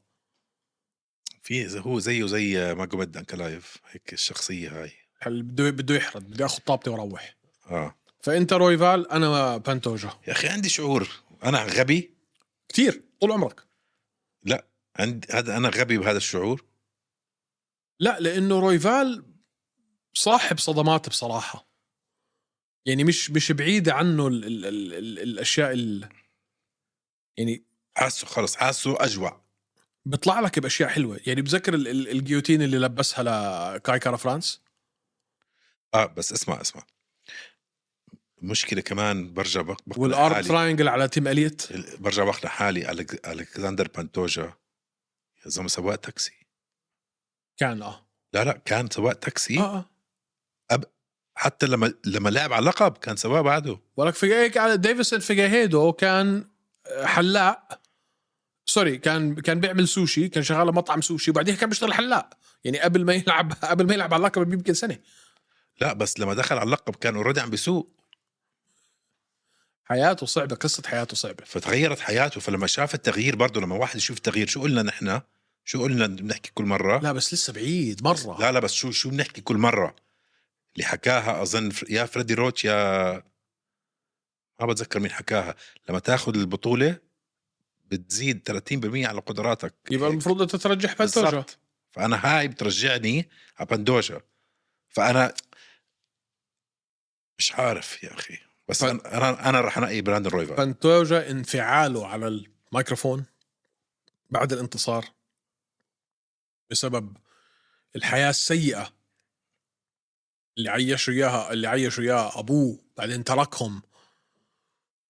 في ز- هو زيه زي ماجوميد انكلايف هيك الشخصيه هاي
هل بده بده يحرد بدي اخذ طابتي واروح
اه
فانت رويفال انا بانتوجا
يا اخي عندي شعور انا غبي
كثير طول عمرك
عند هذا انا غبي بهذا الشعور
لا لانه رويفال صاحب صدمات بصراحه يعني مش مش بعيده عنه ال ال ال ال الاشياء ال يعني
حاسه خلص حاسه اجوع
بيطلع لك باشياء حلوه يعني بذكر ال- ال- الجيوتين اللي لبسها لكايكارا فرانس
اه آه، بس اسمع اسمع مشكله كمان برجع بق- بقنع
والارب
حالي
تراينجل على تيم اليت
ال- برجع بقنع حالي ألك- الكساندر بانتوجا يا زلمه سواق تاكسي
كان اه
لا لا كان سواق تاكسي
اه اه
حتى لما لما لعب على اللقب كان سواق بعده
ولك فيجايك على ديفيسون فيجاهيدو كان آه، حلاق سوري كان كان بيعمل سوشي كان شغال مطعم سوشي وبعديها كان بيشتغل حلاق يعني قبل ما يلعب قبل ما يلعب على اللقب يمكن سنه
لا بس لما دخل على اللقب كان اوريدي عم بيسوق
حياته صعبه قصه حياته صعبه
فتغيرت حياته فلما شاف التغيير برضه لما واحد يشوف التغيير شو قلنا نحن شو قلنا بنحكي كل مره
لا بس لسه بعيد مره
لا لا بس شو شو بنحكي كل مره اللي حكاها اظن فر- يا فريدي روتش يا ما بتذكر مين حكاها لما تاخذ البطوله بتزيد 30% على قدراتك
يبقى
هيك.
المفروض انت ترجح بانتوجا
يعني بالضبط. فانا هاي بترجعني على بندوجا فانا مش عارف يا اخي
ف-
بس انا انا, أنا رح انقي براندن رويفر
بانتوجا انفعاله على الميكروفون بعد الانتصار بسبب الحياة السيئة اللي عيشوا اياها اللي عيشوا اياها ابوه بعدين تركهم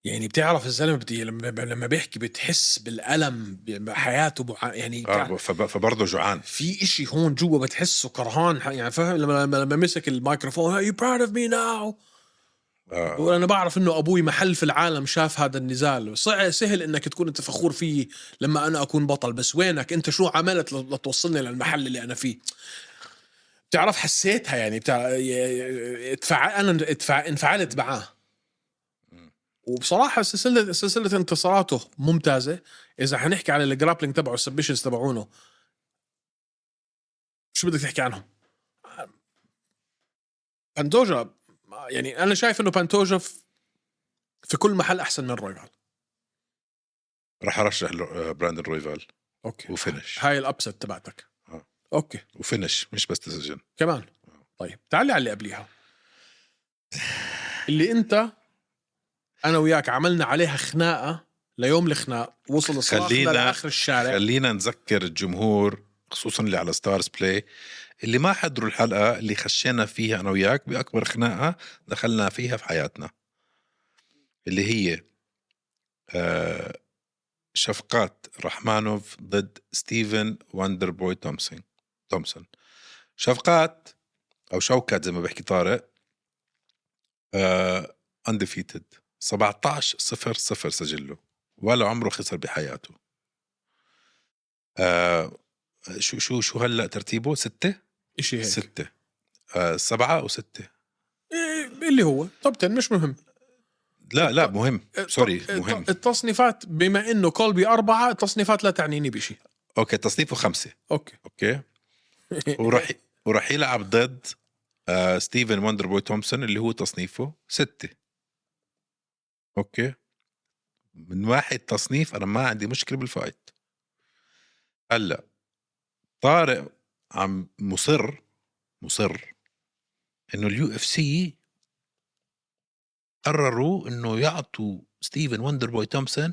يعني بتعرف الزلمه بدي لما لما بيحكي بتحس بالالم بحياته بع- يعني بتع-
آه فب- فبرضه جوعان
يعني في إشي هون جوا بتحسه كرهان ح- يعني فاهم لما لما, لما مسك الميكروفون يو براود اوف مي ناو
آه
وانا بعرف انه ابوي محل في العالم شاف هذا النزال صع- سهل انك تكون انت فخور فيه لما انا اكون بطل بس وينك انت شو عملت ل- لتوصلني للمحل اللي انا فيه بتعرف حسيتها يعني بتاع اتفع... انا اتفع... انفعلت معاه وبصراحه سلسله سلسله انتصاراته ممتازه اذا حنحكي على الجرابلينج تبعه السبشنز تبعونه شو بدك تحكي عنهم بانتوجا يعني انا شايف انه بانتوجا في, في كل محل احسن من رويفال
رح ارشح لو- آه، براندن رويفال
اوكي
وفينش
هاي الابسط تبعتك
آه.
اوكي
وفينش مش بس ديسيجن
كمان طيب تعال لي على اللي قبليها اللي انت انا وياك عملنا عليها خناقه ليوم الخناق وصل
خلينا-
الصراخ لاخر الشارع
خلينا نذكر الجمهور خصوصا اللي على ستارز بلاي اللي ما حضروا الحلقه اللي خشينا فيها انا وياك باكبر خناقه دخلنا فيها في حياتنا اللي هي آه شفقات رحمانوف ضد ستيفن واندر بوي تومسون تومسون شفقات او شوكات زي ما بيحكي طارق آه، انديفيتد 17 0 0 سجله ولا عمره خسر بحياته آه شو شو شو هلا ترتيبه ستة
شيء هيك
ستة آه سبعة وستة
إيه، اللي هو توب 10 مش مهم
لا لا مهم
الت-
سوري
الت-
مهم
التصنيفات بما انه كولبي اربعه التصنيفات لا تعنيني بشيء
اوكي تصنيفه خمسة
اوكي
اوكي وراح وراح يلعب ضد آه ستيفن وندر بوي تومسون اللي هو تصنيفه ستة اوكي من واحد تصنيف انا ما عندي مشكلة بالفايت هلا طارق عم مصر مصر انه اليو اف سي قرروا انه يعطوا ستيفن وندر بوي تومسون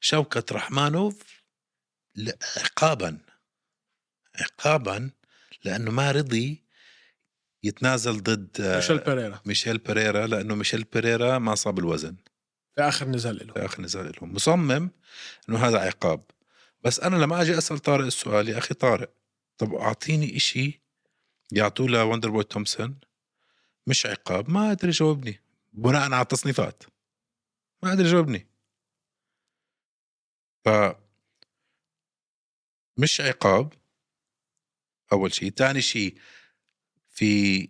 شوكة رحمانوف ل- عقابا عقابا لانه ما رضي يتنازل ضد آه،
ميشيل بيريرا
ميشيل بيريرا لانه ميشيل بيريرا ما صاب الوزن
في اخر نزال له
في اخر نزال لهم مصمم انه هذا عقاب بس انا لما اجي اسال طارق السؤال يا اخي طارق طب اعطيني إشي يعطوه لوندر بوي تومسون مش عقاب ما ادري جاوبني بناء على التصنيفات ما ادري جاوبني ف مش عقاب اول شيء ثاني شيء في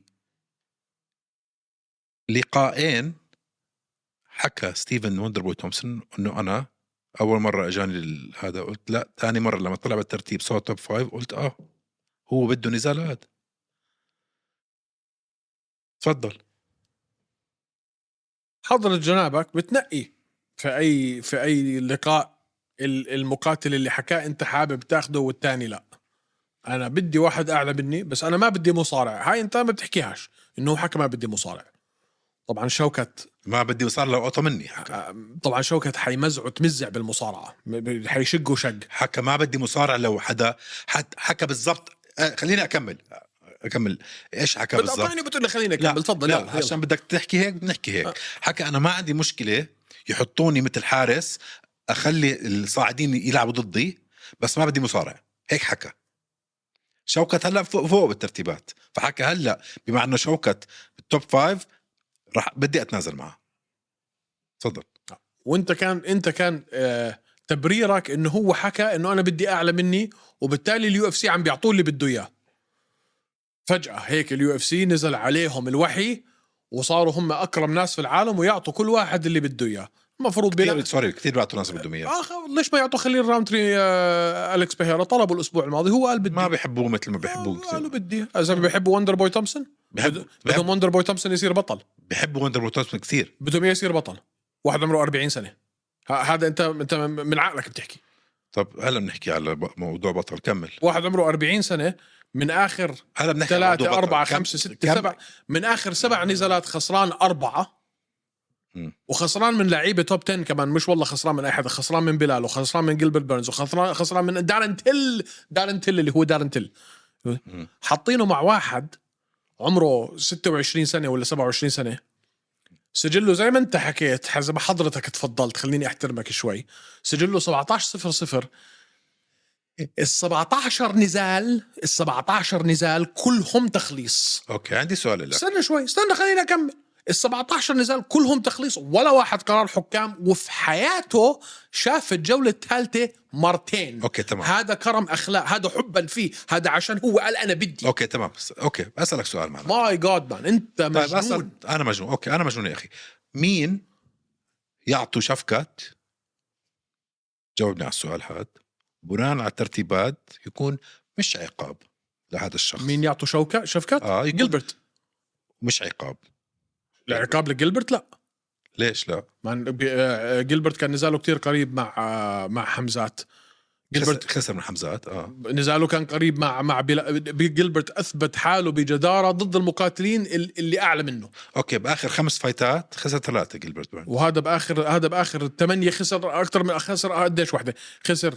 لقاءين حكى ستيفن وندر بوي تومسون انه انا اول مره اجاني ال- هذا قلت لا ثاني مره لما طلع بالترتيب صار توب فايف قلت اه هو بده نزالات تفضل
حضرة جنابك بتنقي في اي في اي لقاء ال- المقاتل اللي حكاه انت حابب تاخده والتاني لا انا بدي واحد اعلى مني بس انا ما بدي مصارع هاي انت ما بتحكيهاش انه حكى ما بدي مصارع طبعا شوكت
ما بدي وصار لو قطع مني حكى
طبعا شوكت حيمزعه تمزع بالمصارعه م- ب- حيشقه شق
حكى ما بدي مصارع لو حدا حد حكى بالضبط آه خليني اكمل اكمل ايش حكى بالضبط
بتقطعني بتقول لي خليني اكمل تفضل
لا
يلا، يلا.
عشان بدك تحكي هيك بنحكي هيك
آه.
حكى انا ما عندي مشكله يحطوني مثل حارس اخلي الصاعدين يلعبوا ضدي بس ما بدي مصارع هيك حكى شوكت هلا فوق فوق بالترتيبات فحكى هلا بما انه شوكت بالتوب فايف راح بدي اتنازل معه تفضل
وانت كان انت كان آه تبريرك انه هو حكى انه انا بدي اعلى مني وبالتالي اليو اف سي عم بيعطوه اللي بده اياه فجاه هيك اليو اف سي نزل عليهم الوحي وصاروا هم اكرم ناس في العالم ويعطوا كل واحد اللي بده اياه المفروض
كثير
بلا
سوري كثير بعتوا ناس بدهم اياه
آه خ- ليش ما يعطوا خليل رامتري آه الكس بيهيرا طلبوا الاسبوع الماضي هو قال بدي
ما بيحبوه مثل ما بيحبوه
آه، قالوا
كثير
بدي اذا بيحبوا وندر بوي تومسون
بحب-
بدهم
بحب-
وندر بوي تومسون يصير بطل
بيحبوا وندر بوتوسم كثير
بدهم اياه يصير بطل واحد عمره 40 سنه ه- هذا انت انت من عقلك بتحكي
طب هلا بنحكي على ب- موضوع بطل كمل
واحد عمره 40 سنه من اخر
هلا بنحكي على موضوع
ثلاثة
بطل.
أربعة
كم-
خمسة ستة
كم-
سبعة من آخر سبع نزالات خسران أربعة
مم.
وخسران من لعيبة توب 10 كمان مش والله خسران من أي حدا خسران من بلال وخسران من جilbert بيرنز وخسران خسران من دارن تيل دارن تيل اللي هو دارن تيل
مم.
حاطينه مع واحد عمره 26 سنة ولا 27 سنة سجله زي ما انت حكيت زي ما حضرتك تفضلت خليني احترمك شوي سجله 17 0 0 ال 17 نزال ال 17 نزال كلهم تخليص
اوكي عندي سؤال لك
استنى شوي استنى خليني اكمل ال 17 نزال كلهم تخليص ولا واحد قرار حكام وفي حياته شاف الجوله الثالثه مرتين
اوكي تمام
هذا كرم اخلاق هذا حبا فيه هذا عشان هو قال انا بدي
اوكي تمام بس- اوكي اسالك سؤال معنا
ماي جاد مان انت
طيب أسأل...
مجنون
انا مجنون اوكي انا مجنون يا اخي مين يعطوا شفكات جاوبني على السؤال هذا بناء على الترتيبات يكون مش عقاب لهذا الشخص
مين يعطوا شوكه شفكات
اه يكون
جيلبرت
مش عقاب طيب.
العقاب لجيلبرت لا
ليش لا
مان بي- آه، جيلبرت كان نزاله كتير قريب مع آه، مع حمزات جيلبرت
جلبرت خسر من حمزات اه
نزاله كان قريب مع مع بلا- بي- جيلبرت اثبت حاله بجداره ضد المقاتلين ال- اللي اعلى منه
اوكي باخر خمس فايتات خسر ثلاثه جلبرت بيرنز
وهذا باخر هذا باخر ثمانيه خسر اكثر من خسر آه، قديش وحده خسر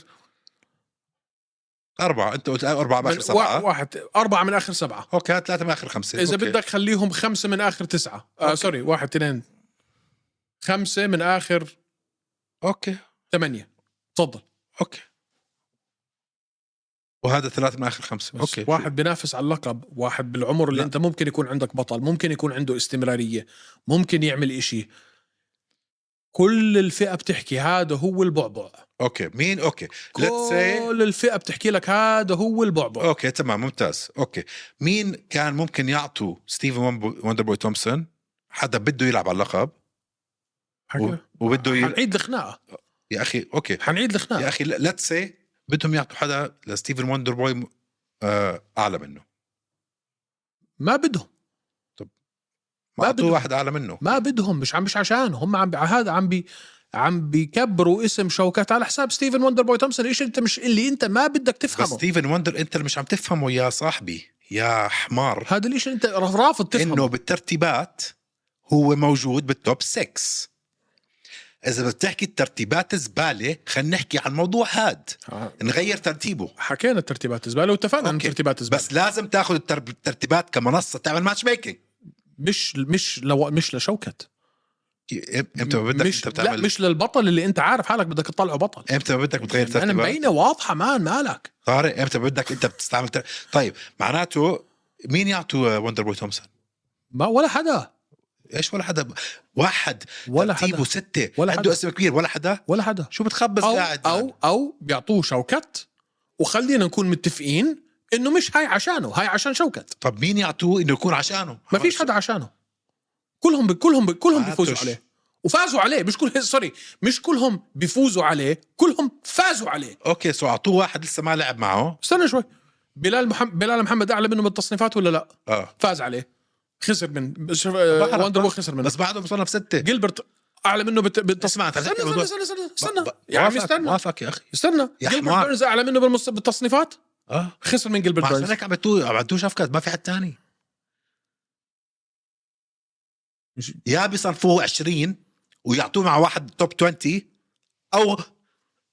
اربعه انت قلت اربعه باخر
من-
سبعه
وا- واحد اربعه من اخر سبعه
اوكي هات ثلاثه من اخر خمسه
اذا
آه. أوكي.
بدك خليهم خمسه من اخر تسعه آه
أوكي.
سوري واحد اثنين خمسه من اخر
اوكي
ثمانيه تفضل
اوكي وهذا ثلاثه من اخر خمسه
بس
اوكي
واحد بينافس على اللقب واحد بالعمر اللي
لا.
انت ممكن يكون عندك بطل ممكن يكون عنده استمرارية ممكن يعمل إشي كل الفئة بتحكي هذا هو البعبع
اوكي مين اوكي let's say أه،
كل الفئة بتحكي لك هذا هو البعبع
اوكي تمام ممتاز اوكي مين كان ممكن يعطوا ستيفن ومب- وندر بوي تومسون حدا بده يلعب على اللقب و-
حكي.
وبده ي...
حنعيد الخناقة
يا اخي اوكي
حنعيد
يا
الخناقة
اخي ليتس سي بدهم يعطوا حدا لستيفن وندر بوي م- آه اعلى منه
ما بدهم
ما
ما
اعطوا
بدهم.
واحد اعلى منه
ما بدهم مش عم مش عشان هم عم بي- هذا عم بي عم بيكبروا اسم شوكات على حساب ستيفن وندر بوي تومسون ايش انت مش اللي انت ما بدك
بس
تفهمه
ستيفن وندر انت اللي مش عم تفهمه يا صاحبي يا حمار
هذا الاشي انت رافض تفهمه
انه بالترتيبات هو موجود بالتوب 6 اذا بتحكي الترتيبات زباله خلينا نحكي عن الموضوع هاد
آه.
نغير ترتيبه
حكينا الترتيبات زباله واتفقنا ان
أوكي.
الترتيبات زباله
بس لازم تاخذ التر- الترتيبات كمنصه تعمل ماتش ميكينج
مش مش لو مش لشوكت
امتى ما بدك
مش
انت بتعمل
لا مش للبطل اللي انت عارف حالك بدك تطلعه بطل
امتى ما بدك بتغير
يعني انا
ترتيبات
مبينه واضحه مان مالك
طارق امتى ما بدك انت بتستعمل تر... طيب معناته مين يعطوا وندر بوي تومسون
ما ولا حدا
ايش ولا حدا واحد
ولا
ترتيبه
حدا
ستة
ولا
عنده
حدا.
اسم كبير ولا حدا
ولا حدا
شو بتخبص
او
قاعد يعني.
او او بيعطوه شوكت وخلينا نكون متفقين انه مش هاي عشانه هاي عشان شوكت
طب مين يعطوه انه يكون عشانه
ما فيش حدا عشانه كلهم بي كلهم بي كلهم بيفوزوا
عاتش.
عليه وفازوا عليه مش كل سوري مش كلهم بيفوزوا عليه كلهم فازوا عليه
اوكي سو اعطوه واحد لسه ما لعب معه
استنى شوي بلال محمد بلال محمد اعلى منه بالتصنيفات ولا لا
اه
فاز عليه خسر من شوف-
بعرف.
وندر بوي خسر منه
بس بعده مصنف ستة
جيلبرت اعلى منه بت...
اسمع،
بالتصنيفات
أنت
استنى
بتحكي
استنى استنى
موضوع-
استنى, استنى.
ب-
يا عمي
وافقك-
استنى
وافقك يا اخي
استنى
يا
جيلبرت
حمار.
بيرنز اعلى منه بالمص... بالتصنيفات
اه
خسر من جيلبرت
ما عشان
بيرنز
هيك عم بتقول عم بتقول شفكات ما في حد تاني
مش-
يا بيصنفوه 20 ويعطوه مع واحد توب 20 او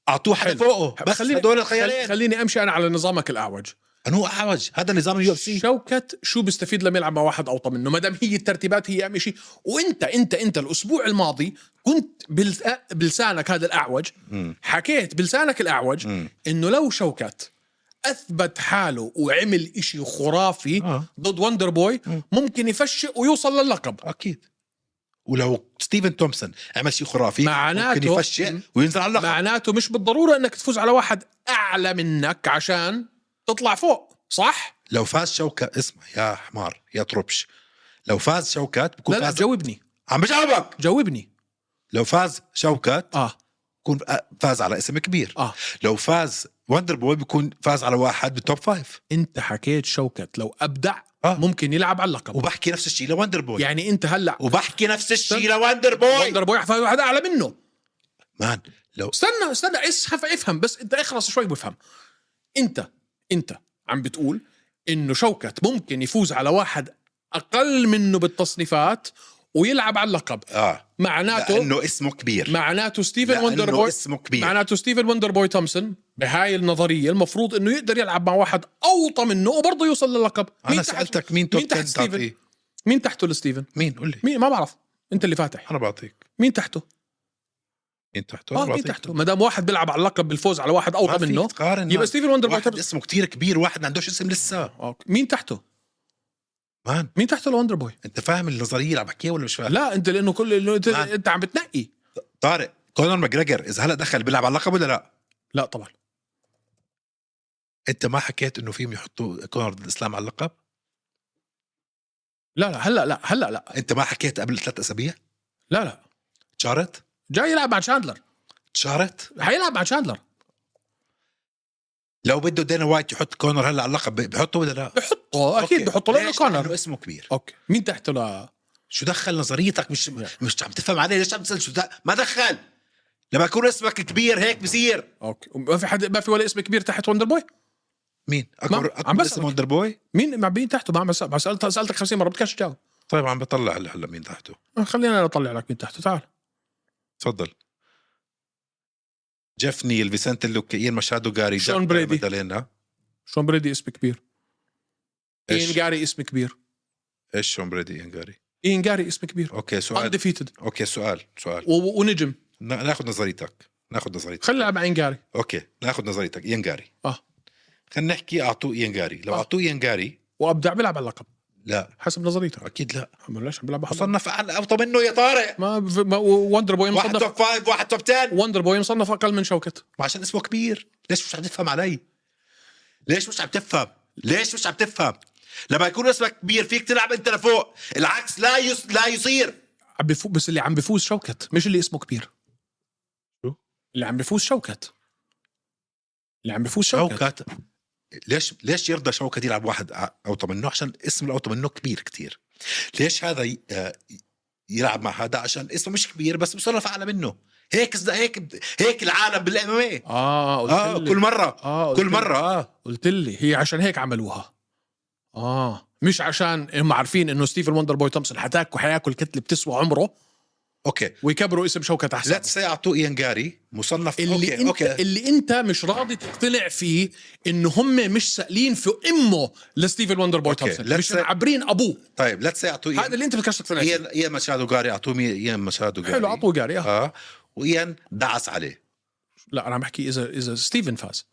اعطوه حدا
حلو.
فوقه بس
خليني-
هدول
خل...
الخيارين
خليني امشي انا على نظامك الاعوج
انو اعوج هذا نظام اليو اف سي
شوكت شو بيستفيد لما يلعب مع واحد اوطى منه ما دام هي الترتيبات هي اهم شيء وانت انت انت الاسبوع الماضي كنت بل- بلسانك هذا الاعوج حكيت بلسانك الاعوج انه لو شوكت اثبت حاله وعمل إشي خرافي
آه.
ضد وندر بوي
مم.
ممكن يفشق ويوصل للقب
اكيد ولو ستيفن تومسون عمل شيء خرافي
معناته-
ممكن يفشل وينزل على اللقب
معناته مش بالضروره انك تفوز على واحد اعلى منك عشان تطلع فوق صح
لو فاز شوكة اسمع يا حمار يا طربش لو فاز شوكات
لا
بكون
لا
فاز
جاوبني
عم بجاوبك
جاوبني
لو فاز شوكات
اه
بكون فاز على اسم كبير
اه
لو فاز وندر بوي بيكون فاز على واحد بالتوب فايف
انت حكيت شوكت لو ابدع
آه.
آه. ممكن يلعب على اللقب
وبحكي نفس الشيء لوندر بوي
يعني انت هلا
وبحكي نفس الشيء لوندر بوي
وندر بوي حفاز واحد اعلى منه
مان لو
استنى استنى اسحف افهم بس انت اخرس شوي بفهم انت انت عم بتقول انه شوكت ممكن يفوز على واحد اقل منه بالتصنيفات ويلعب على اللقب
اه
معناته
لانه اسمه كبير
معناته ستيفن وندر
لانه
بوي
اسمه كبير
معناته ستيفن وندر بوي تومسون بهاي النظريه المفروض انه يقدر يلعب مع واحد اوطى منه وبرضه يوصل للقب
انا
تحت-
سالتك مين توب
مين
10
تحت
تعطيه
ستيفن مين تحته لستيفن
مين قول لي
مين ما بعرف انت اللي فاتح
انا بعطيك
مين تحته
مين تحته
اه مين تحته ما دام واحد بيلعب على اللقب بالفوز على واحد اوطى منه
تقارن
يبقى
يبقى
ستيفن وندر بوي
واحد
تومسون
اسمه كتير كبير واحد ما عندوش اسم لسه
أوكي. مين تحته
مان
مين تحته لوندر بوي
انت فاهم النظريه اللي عم بحكيها ولا مش فاهم
لا انت لانه كل لأنه انت,
نعم.
انت عم بتنقي
طارق كونر ماجريجر اذا هلا دخل بيلعب على اللقب ولا لا
لا طبعا
انت ما حكيت انه فيهم يحطوا كونر ضد الاسلام على اللقب
لا لا هلا لا هلا لا
انت ما حكيت قبل ثلاث اسابيع
لا لا
تشارت
جاي يلعب مع شاندلر
تشارت
حيلعب مع شاندلر
لو بده دينا وايت يحط كونر هلا على اللقب بحطه ولا لا
بحطه
أوكي.
اكيد بحطه لانه
ليش؟
كونر
لأنه اسمه كبير
اوكي مين تحته ل
شو دخل نظريتك مش
يعني.
مش عم تفهم علي ليش عم تسال شو دخل ما دخل لما يكون اسمك كبير هيك بصير
اوكي ما في حد ما في ولا اسم كبير تحت وندر بوي
مين
ما-
اكبر
عم
اكبر
بسألك.
اسم وندر بوي
مين مع مين تحته ما عم بس- بس سالت سالتك 50 مره بدكش تجاوب
طيب عم بطلع هلا هلا مين تحته
آه، خلينا انا اطلع لك مين تحته تعال
تفضل جيف نيل فيسنت اللوكي ايان ماشادو جاري
شون
جاك
بريدي.
مادالينا
شون بريدي اسم كبير اين
ايش
جاري اسم كبير
ايش شون بريدي ايان جاري
اين جاري اسم إيه، كبير
اوكي سؤال
انديفيتد
اوكي سؤال سؤال
ونجم
نا- ناخذ نظريتك ناخذ نظريتك
خلينا نلعب مع اين جاري
اوكي ناخذ نظريتك ايان جاري
آه.
خلينا نحكي اعطوه ايان جاري لو
آه.
اعطوه ايان جاري
وابدع بيلعب على اللقب
لا
حسب نظريتك
اكيد لا
ما ليش عم بيلعب على اللقب.
مصنف اعلى اوطى منه يا طارق
ما, في- ما وندر بوي
واحد
مصنف
توب فايف واحد توب 10
وندر بوي مصنف اقل من شوكت
عشان اسمه كبير ليش مش عم تفهم علي ليش مش عم تفهم ليش مش عم تفهم لما يكون اسمك كبير فيك تلعب انت لفوق العكس لا يس... لا يصير
عم بفو... بس اللي عم بفوز شوكت مش اللي اسمه كبير
شو؟
اللي عم بفوز شوكت اللي عم بفوز شوكت, شوكت.
شوكت ليش ليش يرضى شوكت يلعب واحد ع- اوطى منه عشان اسم الاوطى منه كبير كتير ليش هذا ي... آه، يلعب مع هذا عشان اسمه مش كبير بس مصنف اعلى منه هيك زد- هيك هيك العالم بالام ام
اه قلت
اه
لي.
كل مره
اه قلت
كل
لي.
مره اه
قلت لي هي عشان هيك عملوها اه مش عشان هم عارفين انه ستيفن وندر بوي تومسون حتاكل حياكل كتله بتسوى عمره
اوكي
ويكبروا اسم شوكت احسن
ليتس سي اعطوه ايان جاري مصنف
اللي
اوكي
انت
اوكي
اللي انت مش راضي تقتنع فيه انه هم مش سائلين في امه لستيفن وندر بوي
أوكي،
تومسون
let's
مش
say-
عبرين ابوه
طيب لا تسي اعطوه
هذا
اياه
اللي انت بدكش تقتنع فيه
ايان ايان مشادو جاري اعطوه مي- ايان مشادو جاري
حلو عطوه جاري آه.
اه وايان دعس عليه
لا انا عم بحكي اذا اذا ستيفن فاز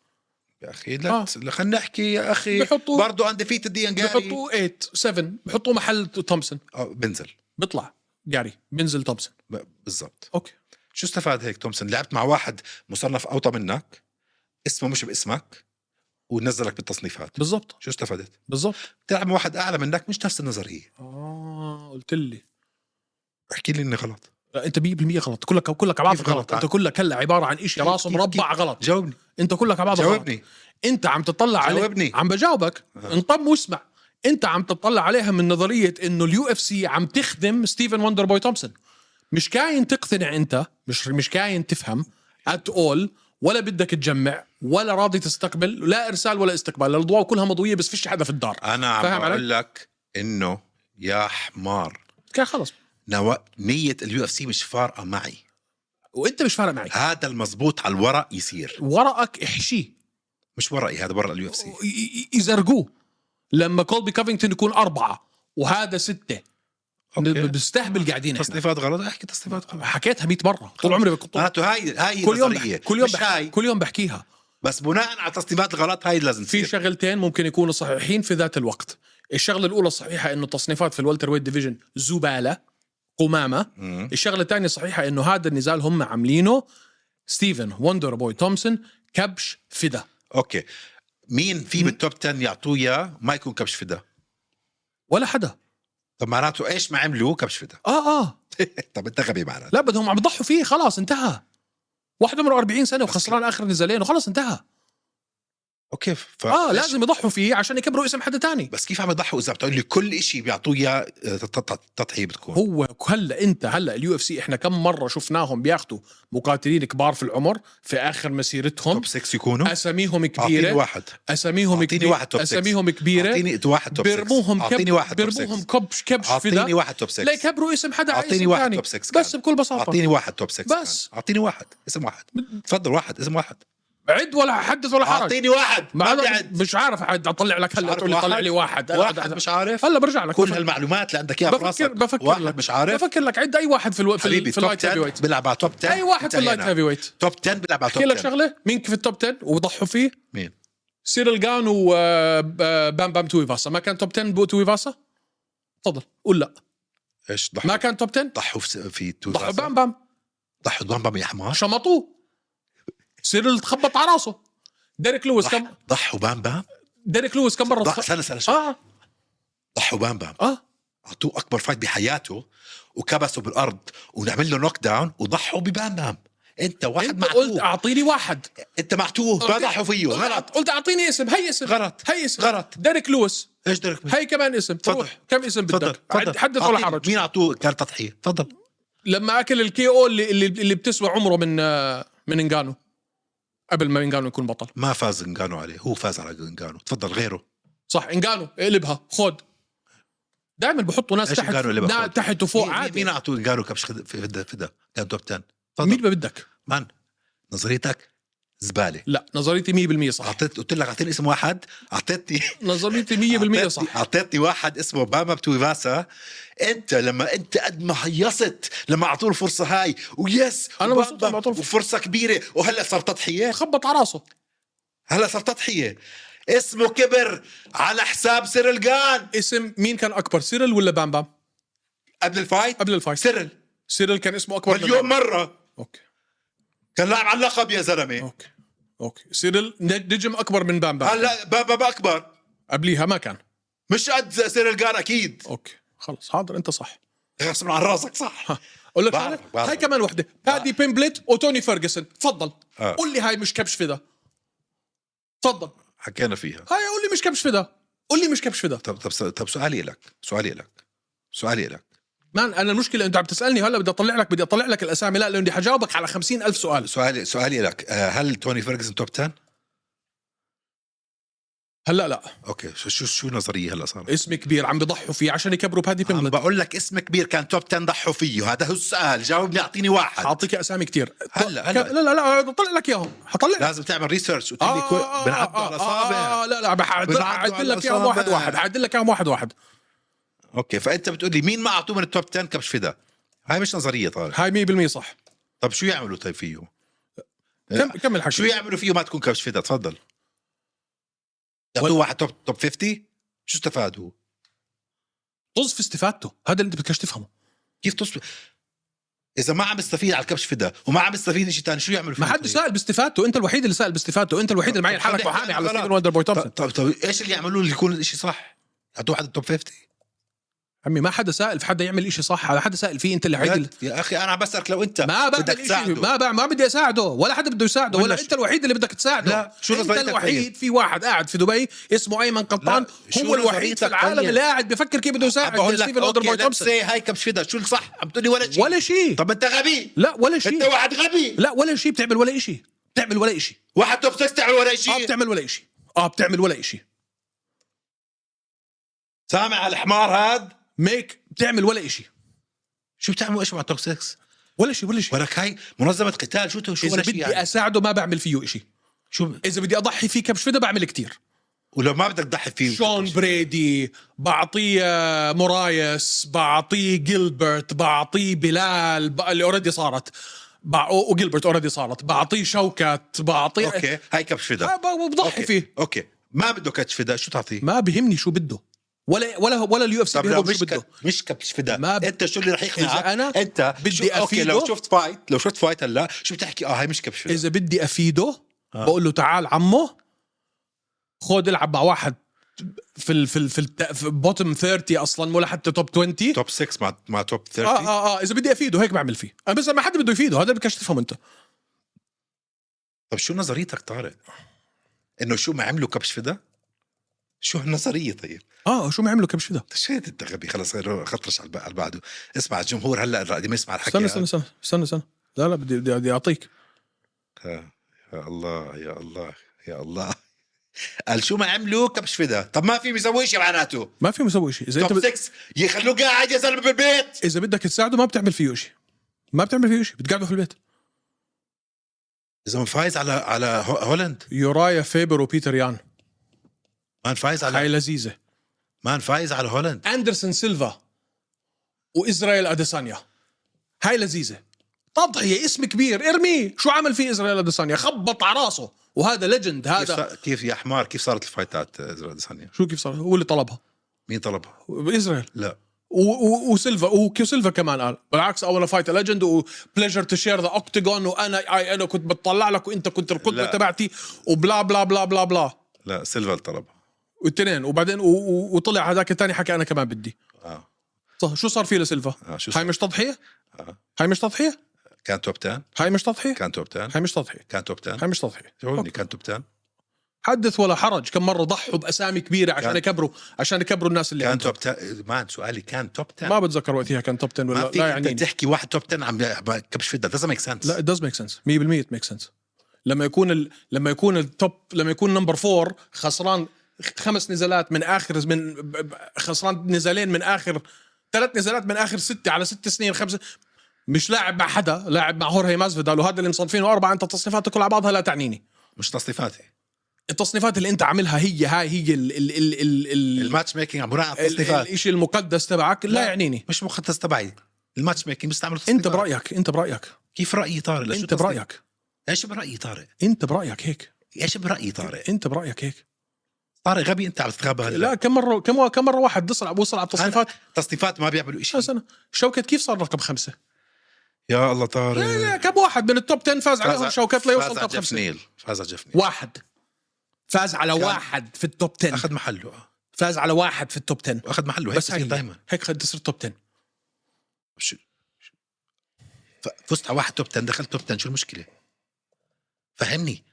يا اخي لا آه. خلينا نحكي يا اخي
بحطوه-
برضه عندي فيت ايان جاري
بحطوه 8 7 بحطوه محل تومسون
آه، بنزل
بيطلع جاري بينزل تومسون
ب- بالضبط
اوكي
شو استفاد هيك تومسون لعبت مع واحد مصنف اوطى منك اسمه مش باسمك ونزلك بالتصنيفات
بالضبط
شو استفدت
بالضبط
تلعب مع واحد اعلى منك مش نفس النظريه
اه قلت لي
احكي لي اني غلط
لا انت 100% غلط كلك كلك على بعضك
كيف غلط؟
غلط انت كلك هلا عباره عن شيء
كيف-
راسه
كيف-
مربع
كيف؟
غلط
جاوبني
انت كلك على بعضك غلط
جاوبني
انت عم تطلع عليه
جاوبني.
عم بجاوبك
آه.
انطم واسمع انت عم تطلع عليها من نظريه انه اليو اف سي عم تخدم ستيفن وندر بوي تومسون مش كاين تقتنع انت مش مش كاين تفهم ات اول ولا بدك تجمع ولا راضي تستقبل لا ارسال ولا استقبال الاضواء كلها مضويه بس فيش حدا في الدار
انا عم
فاهم علي؟
بقول لك انه يا حمار
كان خلص
نوا... نية اليو اف سي مش فارقة معي
وانت مش فارق معي
هذا المزبوط على الورق يصير
ورقك احشيه
مش ورقي هذا برا اليو اف سي
ي- ي- يزرقوه لما كولبي كافينجتون يكون اربعه وهذا سته ن- بنستهبل قاعدين احنا
تصنيفات غلط احكي تصنيفات غلط
حكيتها 100 مره طول عمري بك- طول
معناته هاي هاي
كل يوم
طيب. آه، نظرية.
بح- كل يوم
مش
بح-
هاي
كل يوم بحكيها
بس بناء على التصنيفات الغلط هاي لازم
في
تصير
شغلتين ممكن يكونوا صحيحين في ذات الوقت الشغله الاولى صحيحه انه التصنيفات في الوالتر ويت ديفيجن زباله قمامه
مم.
الشغله الثانيه صحيحه انه هذا النزال هم عاملينه ستيفن وندر بوي تومسون كبش فدا
اوكي مين في
مم.
بالتوب 10 يعطوه اياه ما يكون كبش فدا
ولا حدا
طب معناته ايش ما عملوا كبش فدا
اه اه
طب انت غبي معناته
لا بدهم عم يضحوا فيه خلاص انتهى واحد عمره 40 سنه وخسران اخر نزالين وخلاص انتهى
اوكي ف...
اه
ليش-
لازم يضحوا فيه عشان يكبروا اسم حدا تاني
بس كيف عم يضحوا اذا بتقول لي كل شيء بيعطوه اياه آه، تط- تط- تضحيه بتكون
هو هلا انت هلا اليو اف سي احنا كم مره شفناهم بياخذوا مقاتلين كبار في العمر في اخر مسيرتهم
توب 6 يكونوا
اساميهم
اعطيني
كبيره
واحد
اساميهم
أعطيني
كبيره
واحد توب سكس.
اساميهم كبيره
اعطيني واحد توب 6
بيرموهم كب-
اعطيني واحد توب
بيرموهم
6
كبش كبش
اعطيني
فدا
واحد توب 6
لا يكبروا اسم حدا على
أعطيني
اسم
واحد
تاني.
توب سكس
بس
كان.
بكل بساطه
اعطيني واحد توب 6
بس.
اعطيني واحد اسم واحد تفضل واحد اسم واحد
عد ولا حدث ولا حرج
اعطيني واحد
ما
ما
أنا
بدي أعد.
مش عارف أعد- اطلع لك هلا
عارف
تقول لي طلع
واحد؟
لي واحد أنا-
واحد
أنا-
مش عارف
هلا برجع لك
كل
بفكر-
هالمعلومات اللي عندك اياها
بفكر
براسك
بفكر
واحد
لك
مش عارف
بفكر لك عد اي واحد في الو... في, ال-
حبيبي
في
توب
اللايت هيفي
10
ويت
بيلعب على توب 10
اي واحد في اللايت
انتهينا.
هيفي ويت
توب 10 بيلعب على توب
احكي لك
10
شغله مين في التوب 10 وضحوا فيه
مين
سيرل جان وبام آه، بام تويفاسا ما كان توب 10 بو تويفاسا تفضل قول لا
ايش ضحوا
ما كان توب 10
ضحوا في- في
ضحوا
2000
بام بام
ضحوا بامبام يا حمار
شمطوه سيرل تخبط على راسه ديريك لويس كم
ضح- ضحوا بامبام
ديريك لويس كم مره
ضح
تخ-
سنة سنة
اه
ضحوا بامبام
اه
اعطوه اكبر فايت بحياته وكبسوا بالارض ونعمل له نوك داون وضحوا ببامبام انت واحد
انت قلت آه.
معتوه
اعطيني واحد
انت معتوه ما ضحوا فيه غلط
قلت اعطيني اسم هي اسم
غلط.
هي اسم
غلط.
ديريك لويس
ايش درك
هي كمان اسم
تفضل.
تروح كم اسم
تفضل
بدك
تفضل.
عد- حدث ولا
أعطيني.
حرج
مين اعطوه كان تضحيه تفضل
لما اكل الكي او اللي اللي, اللي بتسوى عمره من آه، من انجانو قبل ما انجانو يكون بطل
ما فاز انجانو عليه هو فاز على انجانو تفضل غيره
صح انجانو اقلبها خد دائما بحطوا ناس
إيش
تحت
إنجانو اللي
نا-
بأخذ؟
تحت وفوق
مين- مين-
عادي
مين اعطوه انجانو كبش خد- في فدا فدا كان توب 10 تفضل
مين ما بدك
مان نظريتك زباله
لا نظريتي 100% صح
اعطيت قلت لك اعطيني اسم واحد اعطيتني
نظريتي 100% صح
أعطيتني- اعطيتني واحد اسمه باما بتويفاسا انت لما انت قد ما هيصت لما اعطوه الفرصه هاي ويس
أنا
وبامبا
مبسوط لما أعطوه الفرصة.
وفرصه كبيره وهلا صار تضحيه
خبط على راسه
هلا صار تضحيه اسمه كبر على حساب سيرل جان
اسم مين كان اكبر سيرل ولا بام بام
قبل الفايت
قبل الفايت
سيرل
سيرل كان اسمه اكبر من بام.
مليون مره
اوكي
كان لاعب على اللقب يا زلمه
اوكي اوكي سيرل ن- نجم اكبر من بام بام
هلا بابا اكبر
قبليها ما كان
مش قد سيرل جان اكيد
اوكي خلص حاضر انت صح
غصب عن راسك صح
اقول لك
بعرف-
حاجة؟
بعرف.
هاي كمان وحده بادي بيمبلت وتوني فيرجسون تفضل
آه.
قول لي هاي مش كبش فدا تفضل
حكينا فيها
هاي قول لي مش كبش فدا قول لي مش كبش فدا
طب طب طب سؤالي لك سؤالي لك سؤالي لك
مان انا المشكله انت عم تسالني هلا بدي اطلع لك بدي اطلع لك الاسامي لا لاني بدي حجاوبك على خمسين ألف سؤال
سؤالي سؤالي لك آه، هل توني فيرجسون توب 10؟
هلا لا
اوكي شو شو شو نظريه هلا صارت؟
اسم كبير عم بيضحوا فيه عشان يكبروا بادي
عم
بيمبلت
بقول لك اسم كبير كان توب 10 ضحوا فيه هذا هو السؤال جاوبني اعطيني واحد
اعطيك اسامي كتير
هلا-
ك-
هلا.
لا لا لا بطلع لك اياهم حطلع لك
لازم تعمل ريسيرش وتقول لي كل- بنعدوا على الاصابع
آه، لا لا بعدل-
بنعدوا
بعدل
على
لك اياهم واحد
الأصابع.
واحد بعدل لك اياهم واحد واحد
اوكي فانت بتقول لي مين ما اعطوه من التوب 10 كبش فدا هاي مش نظريه طارق
هاي 100% صح
طب شو يعملوا طيب فيه؟
كم كمل
شو
حكي
يعملوا فيه ما تكون كبش فدا تفضل يعطوه واحد توب توب 50 شو استفاد هو؟
طز في استفادته هذا اللي انت بدكش تفهمه
كيف تصبح اذا ما عم يستفيد على الكبش فدا وما عم يستفيد شيء ثاني شو يعمل فيه
ما حد
طيب؟
سائل باستفادته انت الوحيد اللي سائل باستفادته انت الوحيد اللي معي
طب
لحالك
خلينا
وحامي
نحكي
على
عن
ستيفن
غلط.
وندر بوي
طب
تومسون
طب طب ايش اللي يعملوه اللي يكون الشيء صح؟ يعطوه حدا التوب 50
عمي ما حدا سائل في حدا يعمل إشي صح هذا حدا سائل فيه انت اللي
يا-
عدل
يا اخي انا عم بسالك لو انت
ما
بدك
بعمل شيء
تساعده
ما بعمل ما بدي اساعده ولا حدا بده يساعده ولا
ولا شو.
انت الوحيد اللي بدك تساعده
لا، شو
انت
نظريتك
الوحيد في واحد قاعد في دبي اسمه ايمن قطان
لا، شو
هو الوحيد
نظريتك
في العالم
طيب؟
اللي قاعد بفكر كيف بده
عم
يساعد
بقول لك
ستيفن اوندر
اوكي
بوي
let's
تومسون
say هاي كبش فدا شو الصح؟ عم تقول لي ولا شيء
ولا شيء
طب انت غبي
لا ولا
انت
شيء
واحد غبي
لا ولا شيء بتعمل ولا شيء بتعمل ولا شيء
واحد توب 6 تعمل ولا
اه
شيء
بتعمل ولا شيء اه بتعمل ولا شيء
سامع هالحمار هاد
ميك بتعمل ولا شيء
شو بتعملوا ايش مع توب 6
ولا شيء ولا شيء
ولك هاي منظمه قتال شو شو
اذا
ولا شيء
بدي
يعني
اساعده ما بعمل فيه شيء
شو
اذا بدي اضحي فيه كبش فدا بعمل كتير
ولو ما بدك تضحي فيه
شون بريدي بعطيه مورايس بعطيه جيلبرت بعطيه بلال ب- اللي اوريدي صارت بع... وجيلبرت اوريدي صارت بعطيه شوكت بعطيه
اوكي هاي كبش فدا
آه، ب- بضحي فيه
اوكي ما بده كبش فدا شو تعطيه؟
ما بيهمني شو بده ولا ولا ولا اليو اف سي
طب لو
بيهمه
مش
شو بده
ك... مش كبش فدا
ما
ما
ب-
ب... انت شو اللي رح يقنعك
إذا أنا
انت
بدي
شو... اوكي
أفيده-
لو شفت فايت لو شفت فايت هلا شو بتحكي اه هاي مش كبش فدا
اذا بدي افيده
آه.
بقول له تعال عمو خد العب مع واحد في ال في ال في, الت... في بوتم 30 اصلا ولا حتى توب 20
توب 6 مع مع توب 30
اه اه اه اذا بدي افيده هيك بعمل فيه انا بس ما حد بده يفيده هذا بدكش تفهم انت
طب شو نظريتك طارق؟ انه شو ما عملوا كبش فدا؟ شو هالنظريه طيب؟
اه شو ما عملوا كبش ده
شهد انت غبي خلص غير- خطرش على الب- على بعده اسمع الجمهور هلا الرقدي ما يسمع الحكي
استنى استنى
هذا.
استنى استنى استنى لا لا بدي بدي, بدي اعطيك
آه، يا الله يا الله يا الله قال شو ما عملوا كبش فدا طب ما في بيسوي شيء معناته
ما فيهم يسوي شيء اذا انت
توب
بد...
6 يخلوه قاعد يا زلمه بالبيت
اذا بدك تساعده ما بتعمل فيه شيء ما بتعمل فيه شيء بتقعده في البيت
يا زلمه فايز على على هو- هولند
يورايا فيبر وبيتر يان
مان فايز
هاي
على
لذيذه
مان فايز على هولند
اندرسون سيلفا واسرائيل اديسانيا هاي لذيذه تضحيه اسم كبير ارميه شو عمل فيه اسرائيل اديسانيا خبط على راسه وهذا ليجند
كيف,
هذا
صار- كيف يا حمار كيف صارت الفايتات آه، زراد ثانيه
شو كيف صار هو اللي طلبها
مين طلبها
اسرائيل
لا
و- و- وسيلفا وكيو سيلفا كمان قال بالعكس اول فايت ليجند وبليجر تو شير ذا اوكتاجون وانا اي انا كنت بتطلع لك وانت كنت القدوه
لا.
تبعتي وبلا بلا بلا بلا بلا
لا سيلفا اللي طلبها
والتنين وبعدين و- و- وطلع هذاك الثاني حكى انا كمان بدي
اه
صح شو صار فيه لسيلفا؟
اه
هاي
شو صار؟
مش تضحيه؟
آه.
هاي مش تضحيه؟
كان توب 10
هاي مش تضحيه؟
كان توب 10
هاي مش تضحيه؟
كان توب 10
هاي مش تضحيه
جاوبني
أوكي.
كان توب 10
حدث ولا حرج كم مره ضحوا باسامي كبيره عشان
كان-
يكبروا عشان يكبروا الناس اللي
كان
عندهم
توب 10 مان سؤالي كان توب 10
يعني ما بتذكر وقتها كان توب 10
ما
ولا
فيك
لا
انت
يعني
تحكي واحد توب 10 عم عم- كبش فدا دازنت ميك سنس
لا it does make sense 100% it makes sense لما يكون ال... لما يكون التوب لما يكون نمبر فور خسران خ- خمس نزالات من اخر من ب- ب- خسران نزالين من اخر ثلاث نزالات من اخر ستة على ست سنين خمسة مش لاعب مع حدا لاعب مع هورهي مازفيدال وهذا اللي مصنفينه أربعة أنت تصنيفاتك كلها على بعضها لا تعنيني
مش تصنيفاتي
التصنيفات اللي أنت عاملها هي هاي هي ال ال ال ال ال
الماتش ميكينج عم بناء على
ال-
التصنيفات
الشيء المقدس تبعك لا
لا.
يعنيني
مش مقدس تبعي الماتش ميكينج بستعمل تصنيفات
أنت برأيك أنت برأيك
كيف رايي طارق لا، شو
أنت
تصنيف؟
برأيك
ايش برايي طارق
أنت برأيك هيك
ايش برايي طارق
أنت برأيك هيك
طارق غبي انت عم تتغابى هلا
لا كم مره كم كم مره واحد وصل وصل على التصنيفات
تصنيفات ما بيعملوا شيء
سنه شوكت كيف صار رقم خمسه؟
يا الله طارق
لا لا كم واحد من التوب 10 فاز عليهم شوكت ليوصل
فاز على
توب
جيف
خمسه؟
نيل فاز على جيف نيل
واحد فاز على
كان-
واحد في التوب 10
اخذ محله آه.
فاز على واحد في التوب 10
اخذ محله هيك
بس
بصير
هاي
دائما
هيك خد- صرت توب 10
شو- شو- ف- فزت على واحد توب 10 دخلت توب 10 شو المشكله؟ فهمني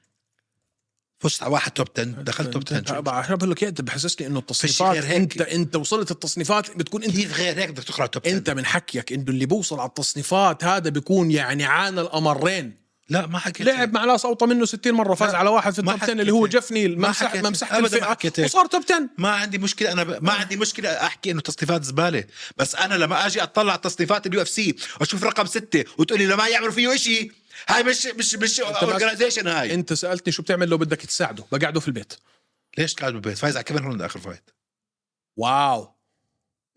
فزت على واحد توب 10 دخلت توب 10 شو المشكلة؟
عشان بقول لك إيه، انت بحسسني انه التصنيفات
غير هيك.
انت انت وصلت التصنيفات بتكون انت
كيف غير هيك بدك تقرا توب 10
انت من حكيك انه اللي بوصل على التصنيفات هذا بيكون يعني عانى الامرين
لا ما حكيت
لعب مع ناس اوطى منه 60 مره فاز
لا،
على واحد في
ما
التوب 10
حكيت
اللي هو
هيك.
جيف نيل
ما
مسح
حكيت
ما
هيك.
مسحت
أبداً ما حكيت
الفئه
هيك.
وصار توب 10
ما عندي مشكله انا ب... ما
آه.
عندي مشكله احكي انه تصنيفات زباله بس انا لما اجي اطلع على تصنيفات اليو اف سي واشوف رقم ستة وتقول لي لما يعملوا فيه شيء هاي مش مش مش
ما-
اورجنايزيشن هاي
انت سالتني شو بتعمل لو بدك تساعده بقعده في البيت
ليش قاعد بالبيت فايز على كيفن هولند اخر فايت
واو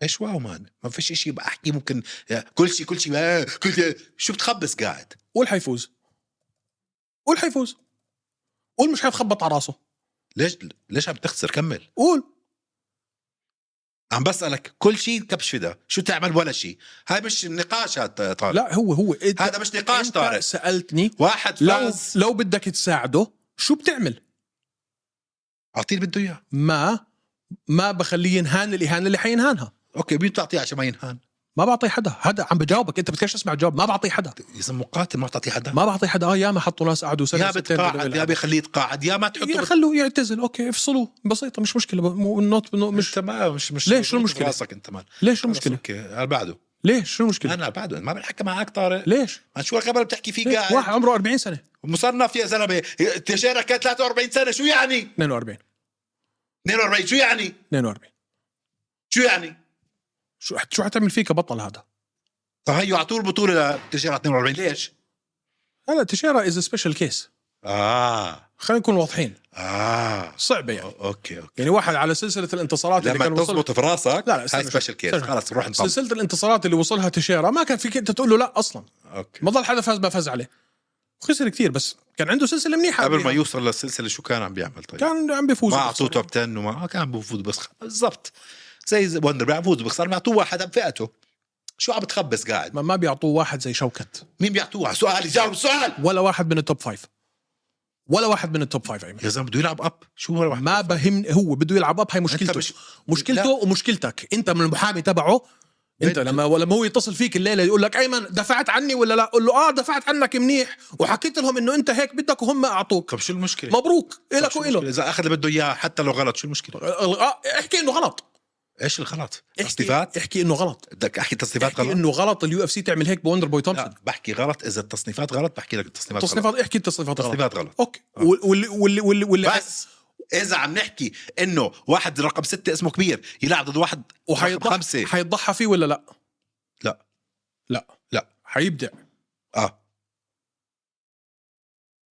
ايش واو مان ما فيش شيء بحكي ممكن يا كل شيء كل شيء آه، كل شيء شو بتخبص قاعد
قول حيفوز قول حيفوز قول مش حيتخبط على راسه
ليش ليش عم تخسر كمل
قول
عم بسالك كل شيء كبش فدا شو تعمل ولا شيء هاي مش نقاش هاد طارق
لا هو هو انت-
هذا مش نقاش
انت
طارق.
سالتني
واحد
لو
فاز
لو بدك تساعده شو بتعمل
اعطيه اللي بده اياه
ما ما بخليه ينهان الاهانه اللي حينهانها
اوكي مين تعطيه عشان ما ينهان
ما بعطي حدا هذا عم بجاوبك انت بدكش تسمع الجواب ما بعطي حدا
يا زلمه مقاتل ما تعطيه حدا
ما بعطي حدا اه ياما حطوا ناس قعدوا سنه
يا
سنتين بدهم
بتقاعد يا
يلعبوا.
بخليه يتقاعد يا ما تحطه
يا
بت...
خلوه يعتزل اوكي افصلوه بسيطه مش مشكله مو- not- no- مش
مش تمام مش مش
ليش؟ شو
مش
المشكلة؟
راسك انت مان
ليش شو
خلص،
المشكله
اوكي انا بعده
ليش شو المشكله
انا بعده أنا ما بنحكي معك طارق
ليش
ما شو الخبر اللي بتحكي فيه
ليش؟ إيه، واحد
قاعد
عمره 40 سنه
مصنف يا زلمه تشيرك كان 43 سنه شو يعني
42
42 شو يعني
42
شو يعني
شو حت- شو حتعمل فيه كبطل هذا
طيب هيو على طول بطوله لتشيرة 42 ليش
هلا تشيرا از سبيشال كيس
اه
خلينا نكون واضحين
اه
صعبه يعني
اوكي اوكي
يعني واحد على سلسله الانتصارات اللي كان
لما
وصل
تزبط في راسك
لا، لا،
هاي
استنى شوي.
سبيشل كيس
استنى شوي.
خلاص نروح نطلع
سلسله الانتصارات اللي وصلها تشيرا ما كان فيك انت تقول له لا اصلا
اوكي
ما ضل حدا فاز ما فاز عليه خسر كثير بس كان عنده سلسله منيحه
قبل ما
يعني.
يوصل للسلسله شو كان عم بيعمل طيب؟
كان عم بيفوز
ما اعطوه توب 10 وما آه، كان بفوز بس بالضبط زي زي وندر بيفوز بخسر بيعطوه واحد بفئته شو عم بتخبص قاعد
ما, ما بيعطوه واحد زي شوكت
مين بيعطوه سؤال يجاوب سؤال
ولا واحد من التوب فايف ولا واحد من التوب فايف ايمن
يا زلمه بده يلعب اب شو هو واحد
ما بهمني هو بده يلعب اب هاي مشكلته
مش-
مشكلته
لا.
ومشكلتك انت من المحامي تبعه انت
بد-
لما ولما هو يتصل فيك الليله يقول لك ايمن دفعت عني ولا لا قول له اه دفعت عنك منيح وحكيت لهم انه انت هيك بدك وهم اعطوك
طب شو المشكله؟
مبروك
طب
الك
طيب. شو
وإله
المشكلة؟ اذا اخذ اللي بده اياه حتى لو غلط شو المشكله؟
آه، احكي انه غلط
ايش الغلط؟
احكي
تصنيفات؟
احكي انه غلط
بدك احكي تصنيفات
احكي
غلط؟
انه غلط اليو اف سي تعمل هيك بوندر بوي
لا
تومسون
بحكي غلط اذا التصنيفات غلط بحكي لك التصنيفات غلط
تصنيفات احكي التصنيفات غلط
تصنيفات آه. غلط
اوكي وال- واللي واللي واللي واللي
بس اذا عم نحكي انه واحد رقم ستة اسمه كبير يلعب ضد واحد رقم
وحيضحى
خمسة
حيضحى فيه ولا لا؟
لا.
لا
لا.
حيبدع
اه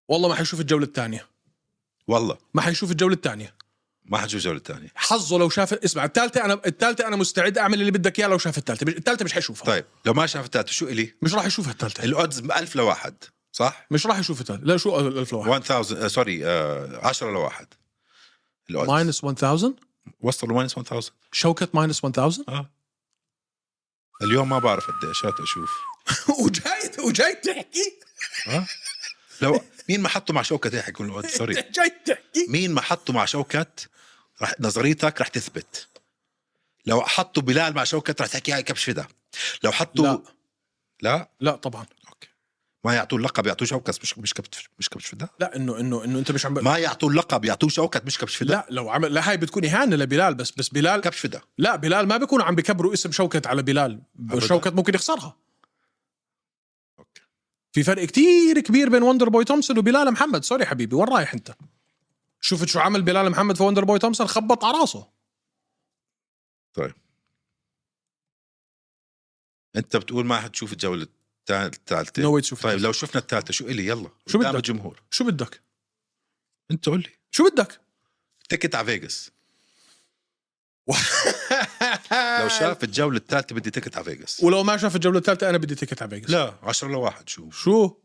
والله ما حيشوف الجوله الثانيه
والله
ما حيشوف الجوله الثانيه
ما حنشوف جولة ثانية
حظه لو شاف اسمع الثالثه انا الثالثه انا مستعد اعمل اللي بدك اياه لو شاف الثالثه الثالثه مش حيشوفها
طيب لو ما شاف التاتو شو الي؟
مش راح يشوفها الثالثه
الاودز 1000 لواحد صح؟
مش راح يشوف الثالثه لا شو 1000 لواحد
1000 آه، سوري آه، 10 لواحد الاودز
ماينس 1000
وصلوا ماينس 1000
شوكت ماينس 1000
اه اليوم ما بعرف قديش هات اشوف
وجاي وجاي تحكي
اه لو مين ما حطه مع شوكة رح يكون الاودز سوري
جاي تحكي
مين ما حطه مع شوكت رح نظريتك رح تثبت لو حطوا بلال مع شوكت رح تحكي هاي كبش فدا لو حطوا
لا
لا
لا طبعا
ما يعطوه اللقب يعطوه شوكت مش مش كبش مش كبش فدا
لا انه انه انه انت مش عم ب...
ما يعطوه اللقب يعطوه شوكت مش كبش فدا
لا لو عمل لا هاي بتكون اهانه لبلال بس بس بلال
كبش فدا
لا بلال ما بيكونوا عم بكبروا اسم شوكت على بلال
أبداً.
شوكت ممكن يخسرها
أوكي.
في فرق كتير كبير بين وندر بوي تومسون وبلال محمد سوري حبيبي وين رايح انت شفت شو عمل بلال محمد في وندر بوي تومسون خبط على راسه
انت بتقول ما حتشوف الجوله التا- الثالثه
نو تشوف
طيب لو شفنا الثالثه شو الي يلا
شو
قدام
بدك؟
الجمهور
شو بدك
انت قول لي
شو بدك
تكت على فيغاس لو شاف الجوله الثالثه بدي تكت على فيغاس
ولو ما شاف الجوله الثالثه انا بدي تيكت على فيجاس
لا 10 لواحد شو
شو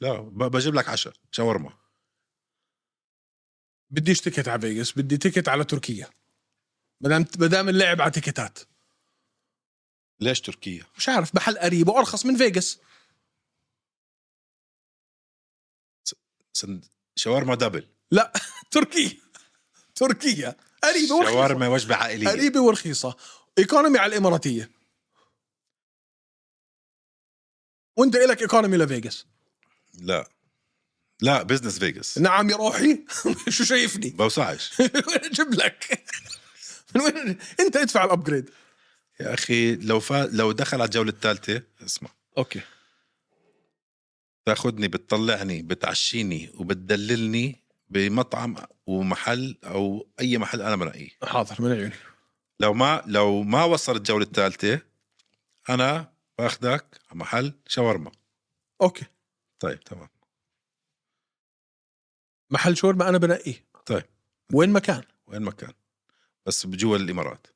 لا ب- بجيب لك 10 شاورما
بديش تيكت على فيجاس بدي تيكت على تركيا ما دام ما دام اللعب على تيكتات
ليش تركيا؟
مش عارف محل قريب وارخص من فيجاس
سند... شاورما دبل
لا تركيا تركيا قريبه ورخيصه
شاورما وجبه عائليه
قريبه ورخيصه ايكونومي على الاماراتيه وانت الك ايكونومي لفيجاس
لا لا بزنس فيغاس
نعم يا روحي شو شايفني
بوسعش
من وين اجيب لك من وين انت ادفع الابجريد
يا اخي لو فا... لو دخل على الجوله الثالثه اسمع
اوكي
تاخذني بتطلعني بتعشيني وبتدللني بمطعم ومحل او اي محل انا بنقيه
حاضر من عيوني
لو ما لو ما وصل الجوله الثالثه انا باخذك على محل شاورما
اوكي
طيب تمام
محل شاورما انا بنقيه
طيب.
وين مكان
وين ما كان بس جوا الامارات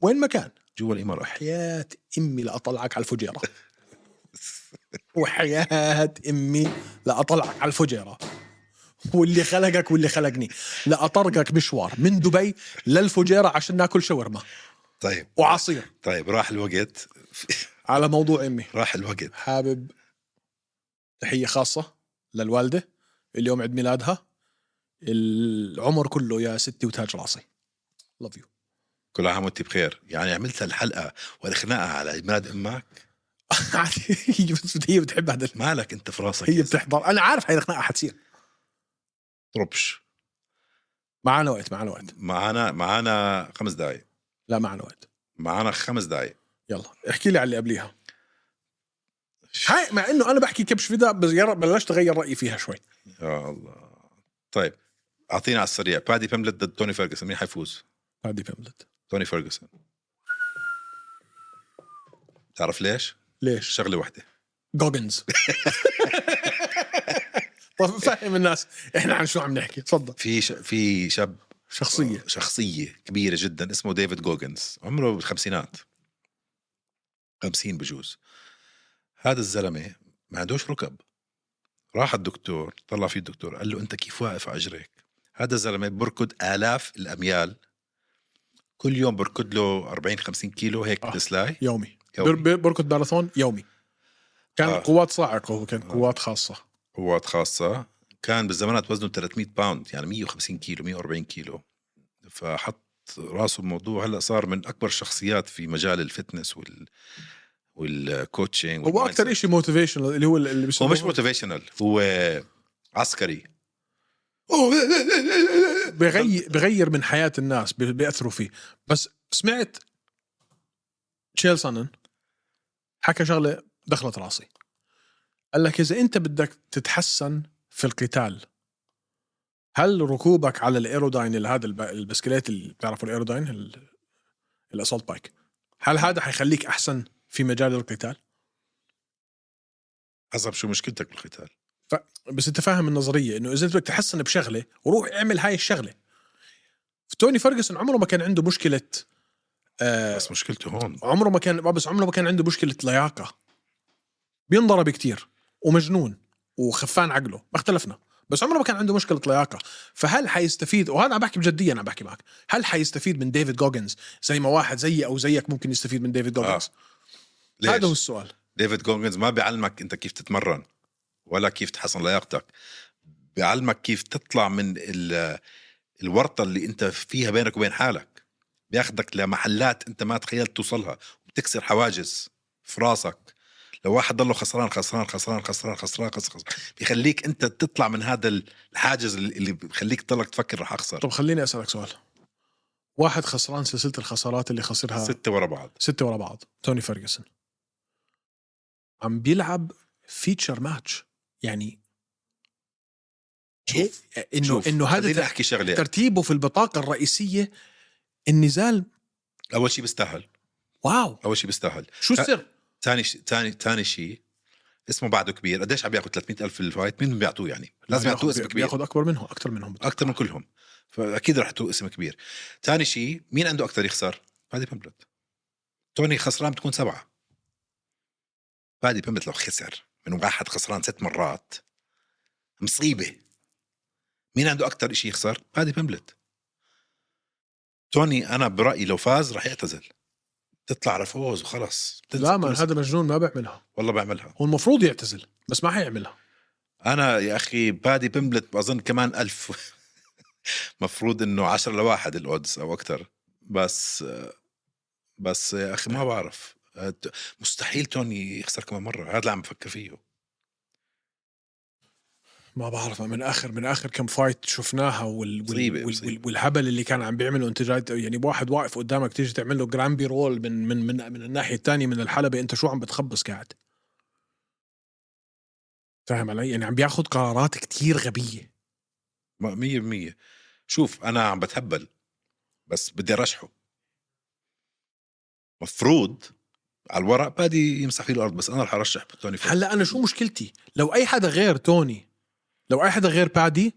وين مكان
جوا الامارات
حياة امي لاطلعك على الفجيره وحياة امي لاطلعك على الفجيره واللي خلقك واللي خلقني لاطرقك مشوار من دبي للفجيره عشان ناكل شاورما
طيب
وعصير
طيب راح الوقت
على موضوع امي
راح الوقت
حابب تحيه خاصه للوالده اليوم عيد ميلادها العمر كله يا ستي وتاج راسي لاف يو
كل عام وانت بخير يعني عملت الحلقه والخناقه على عيد ميلاد امك
عادي هي بت- هي بتحب هذا الم-
مالك انت في راسك
هي بتحضر انا عارف هاي الخناقه حتصير
طربش
معانا وقت معانا وقت
معانا معانا خمس دقائق
لا معانا وقت
معانا خمس دقائق
يلا احكي لي على اللي قبليها هاي مع انه انا بحكي كبش فدا بس يا رب بلشت اغير رايي فيها شوي
يا الله طيب اعطينا على السريع بادي بيملت ضد توني فيرجسون مين حيفوز؟
هذه بيملت
توني فيرجسون تعرف ليش؟
ليش
شغله واحده
جوجنز طب فهم الناس احنا عن شو عم نحكي تفضل
في ش... في شاب آه،
شخصيه
شخصيه كبيره جدا اسمه ديفيد جوجنز عمره بالخمسينات خمسين بجوز هذا الزلمه ما عندوش ركب راح الدكتور طلع فيه الدكتور قال له انت كيف واقف على اجريك هذا الزلمه بركض الاف الاميال كل يوم بركض له 40 50 كيلو هيك
آه.
دسلاي
يومي
يومي.
بر- بر- بركض ماراثون يومي كان
آه.
آه. قوات صاعقه هو كان
آه.
قوات خاصه
قوات خاصة كان بالزمانات وزنه 300 باوند يعني 150 كيلو 140 كيلو فحط راسه بموضوع هلا صار من اكبر الشخصيات في مجال الفتنس وال والكوتشنج
هو اكثر شيء موتيفيشن اللي هو اللي
هو
بيسموه
مش موتيفيشنال هو عسكري
بغير بغير من حياه الناس بي- بياثروا فيه بس سمعت تشيل سانن حكى شغله دخلت راسي قال لك اذا انت بدك تتحسن في القتال هل ركوبك على الايروداين اللي هذا الب- البسكليت اللي بتعرفوا الايروداين ال- الاسولت بايك هل هذا حيخليك احسن في مجال القتال؟
حسب شو مشكلتك بالقتال
بس انت فاهم النظريه انه اذا انت بدك تحسن بشغله وروح اعمل هاي الشغله توني فيرجسون عمره ما كان عنده مشكله آه
بس مشكلته هون
عمره ما كان بس عمره ما كان عنده مشكله لياقه بينضرب كتير ومجنون وخفان عقله ما اختلفنا بس عمره ما كان عنده مشكله لياقه فهل حيستفيد وهذا عم بحكي بجديه انا عم بحكي معك هل حيستفيد من ديفيد جوجنز زي ما واحد زيي او زيك ممكن يستفيد من ديفيد جوجنز آه. هذا هو
ليش؟
السؤال
ديفيد جونجنز ما بيعلمك انت كيف تتمرن ولا كيف تحسن لياقتك بيعلمك كيف تطلع من ال- الورطه اللي انت فيها بينك وبين حالك بياخدك لمحلات انت ما تخيلت توصلها بتكسر حواجز في راسك لو واحد ضله خسران خسران خسران خسران خسران خسران بيخليك انت تطلع من هذا الحاجز اللي بخليك تضلك تفكر رح اخسر
طب خليني اسالك سؤال واحد خسران سلسله الخسارات اللي خسرها
ستة ورا بعض
ستة ورا بعض توني فيرجسون عم بيلعب فيتشر ماتش يعني
شوف،
هيك انه انه هذا
خليني
تر-
احكي شغله
ترتيبه في البطاقة الرئيسية النزال
اول شيء بيستاهل
واو
اول شيء بيستاهل
شو
لا.
السر؟
ثاني شيء ثاني ثاني شيء اسمه بعده كبير قديش عم ياخذ 300,000 الفايت مين بيعطوه يعني لازم يعطوه اسم كبير
بياخذ اكبر منهم اكثر منهم
اكثر من كلهم فاكيد رح يعطوه اسم كبير ثاني شيء مين عنده اكثر يخسر بادي بيمبلت توني خسران بتكون سبعه بادي بيمبلت لو خسر من واحد خسران ست مرات مصيبه مين عنده اكثر شيء يخسر بادي بيمبلت توني انا برايي لو فاز رح يعتزل تطلع على فوز وخلص
لا ما هذا مجنون ما بيعملها
والله بعملها
هو المفروض يعتزل بس ما حيعملها
انا يا اخي بادي بمبلت اظن كمان ألف مفروض انه 10 لواحد الاودز او اكثر بس بس يا اخي ما بعرف مستحيل توني يخسر كمان مره هذا اللي عم بفكر فيه
ما بعرف من اخر من اخر كم فايت شفناها وال وال
مصيبة،
وال
مصيبة.
وال والهبل اللي كان عم بيعمله انت جاي ت- يعني واحد واقف قدامك تيجي تعمل له جرام بي رول من من من من الناحيه الثانيه من الحلبه انت شو عم بتخبص قاعد فاهم علي؟ يعني عم بياخذ قرارات كتير غبيه
ما- مية بالمية شوف انا عم بتهبل بس بدي ارشحه مفروض على الورق بادي يمسح فيه الارض بس انا رح ارشح توني فوز.
هلا انا شو مشكلتي؟ لو اي حدا غير توني لو اي حدا غير بادي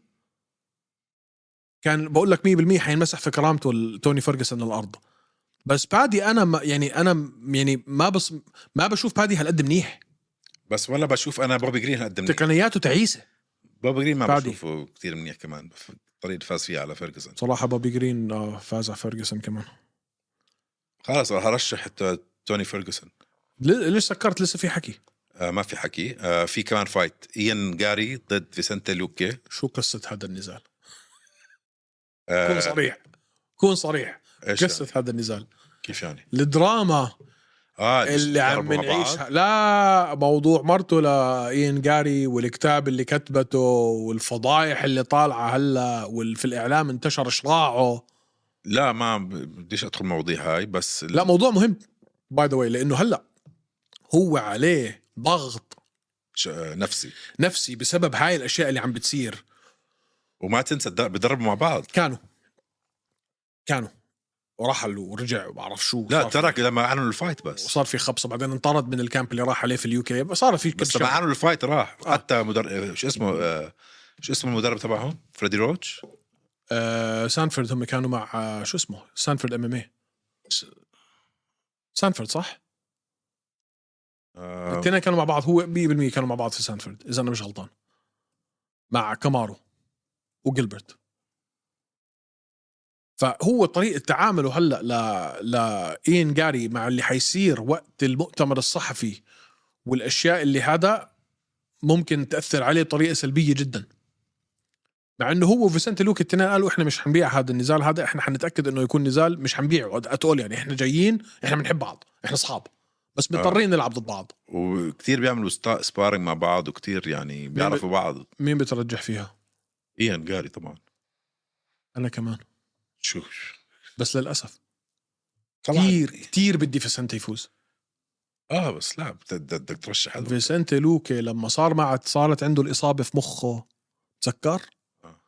كان بقول لك 100% حينمسح في كرامته ال- توني فيرجسون الارض بس بادي انا ما يعني انا م- يعني ما بص ما بشوف بادي هالقد منيح
بس ولا بشوف انا بوبي جرين هقدم لي.
تقنياته تعيسه
بوبي جرين ما
بادي.
بشوفه كثير منيح كمان الطريقه اللي فاز فيها على فيرجسون
صراحه بوبي جرين آه، فاز على فيرجسون كمان
خلاص رح ارشح ت- توني فيرجسون
ل- ليش سكرت لسه في حكي
آه ما في حكي آه في كمان فايت ايان جاري ضد فيسنتي لوكي
شو قصه هذا النزال كون
آه
صريح كون صريح
إيش
قصه
يعني؟
هذا النزال
كيف يعني؟
الدراما
اه
اللي عم
ضربوا مع بعض.
نعيشها لا موضوع مرته لاين جاري والكتاب اللي كتبته والفضايح اللي طالعه هلا وفي الاعلام انتشر شراعه
لا ما ب- بديش ادخل مواضيع هاي بس
لا موضوع مهم باي ذا واي لانه هلا هو عليه ضغط
ش- آه، نفسي
نفسي بسبب هاي الاشياء اللي عم بتصير
وما تنسى الد- بيضربوا مع بعض
كانوا كانوا ورحل ورجع وبعرف شو
لا
صار في-
ترك لما اعلنوا الفايت بس
وصار في خبصه بعدين انطرد من الكامب اللي راح عليه في اليو كي صار في كل
بس لما
شيء
اعلنوا الفايت راح
آه.
حتى مدرب شو اسمه آه، شو اسمه المدرب تبعهم فريدي روتش
آه سانفورد هم كانوا مع آه شو اسمه سانفورد ام ام اي سانفورد صح؟
آه،
الاثنين كانوا مع بعض هو 100% كانوا مع بعض في سانفورد اذا انا مش غلطان مع كامارو وجilbert فهو طريقه تعامله هلا ل لاين جاري مع اللي حيصير وقت المؤتمر الصحفي والاشياء اللي هذا ممكن تاثر عليه بطريقه سلبيه جدا مع انه هو وفيسنتي لوك التنين قالوا احنا مش حنبيع هذا النزال هذا احنا حنتاكد انه يكون نزال مش حنبيعه اتقول يعني احنا جايين احنا بنحب بعض احنا اصحاب بس مضطرين نلعب ضد بعض
وكثير بيعملوا ستا- سبارينج مع بعض وكثير يعني بيعرفوا بعض
مين بترجح فيها؟
ايان جاري طبعا
انا كمان
شو
بس للاسف
طبعا
كثير كثير بدي فيسنتي يفوز
اه بس لا بت- بت- بدك ترشح هذا
فيسنتي لوكي لما صار معه صارت عنده الاصابه في مخه تذكر
آه.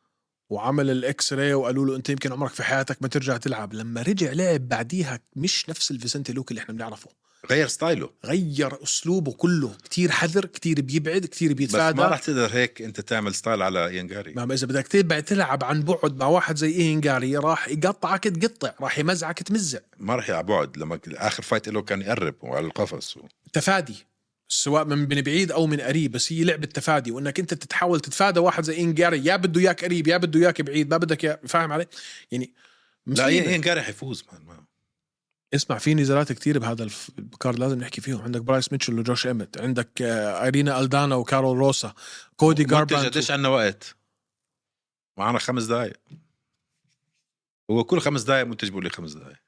وعمل الاكس راي وقالوا له انت يمكن عمرك في حياتك ما ترجع تلعب لما رجع لعب بعديها مش نفس الفيسنتي لوكي اللي احنا بنعرفه
غير ستايله
غير اسلوبه كله كثير حذر كثير بيبعد كثير
بس ما
بيتفادى
راح تقدر هيك انت تعمل ستايل على ايان جاري
ما اذا بدك تبع تلعب عن بعد مع واحد زي اينجاري راح يقطعك تقطع راح يمزعك تمزع
ما راح يلعب بعد لما ك- اخر فايت له كان يقرب وعلى القفص و...
تفادي سواء من من بعيد او من قريب بس هي لعبه تفادي وانك انت تتحاول تتفادى واحد زي انجاري يا بده اياك قريب يا بده اياك بعيد ما بدك إياه- فاهم علي؟ يعني
لا
مصيبة.
ايان إيان جاري حيفوز مان ما.
اسمع في نزالات كتير بهذا الف- الكارد لازم نحكي فيهم عندك برايس ميتشل وجوش ايمت عندك آه، ايرينا الدانا وكارول روسا كودي
منتج
جاربانت
قديش عندنا وقت؟ معنا خمس دقائق هو كل خمس دقائق منتج بيقول لي خمس دقائق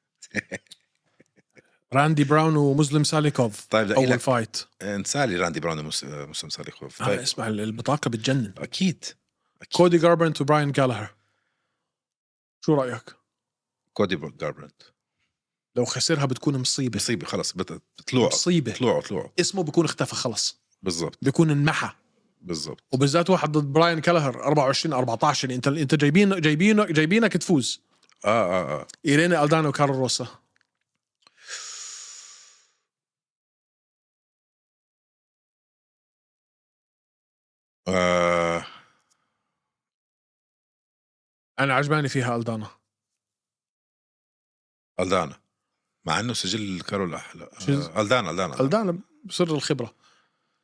راندي براون ومسلم ساليكوف
طيب لأقي
اول
لك
فايت
انسالي راندي براون ومس- مسلم ساليخوف
آه
طيب
اسمع البطاقه بتجنن
اكيد أكيد.
كودي جاربانت وبراين جالهر شو رايك؟
كودي جاربرنت
لو خسرها بتكون مصيبه
مصيبه خلص بت- بتطلعوا
مصيبه
طلوعوا طلوعوا
اسمه بيكون اختفى خلص
بالضبط
بيكون انمحى
بالضبط
وبالذات واحد ضد براين كلهر 24 14 يعني انت انت جايبين جايبينه جايبينك تفوز
اه اه اه
ايرينا الدانا وكارل روسا
آه،
انا عجباني فيها الدانا
الدانا مع انه سجل كارول احلى آه،
شو
الدانا الدانا الدانا
الدانا بسر الخبره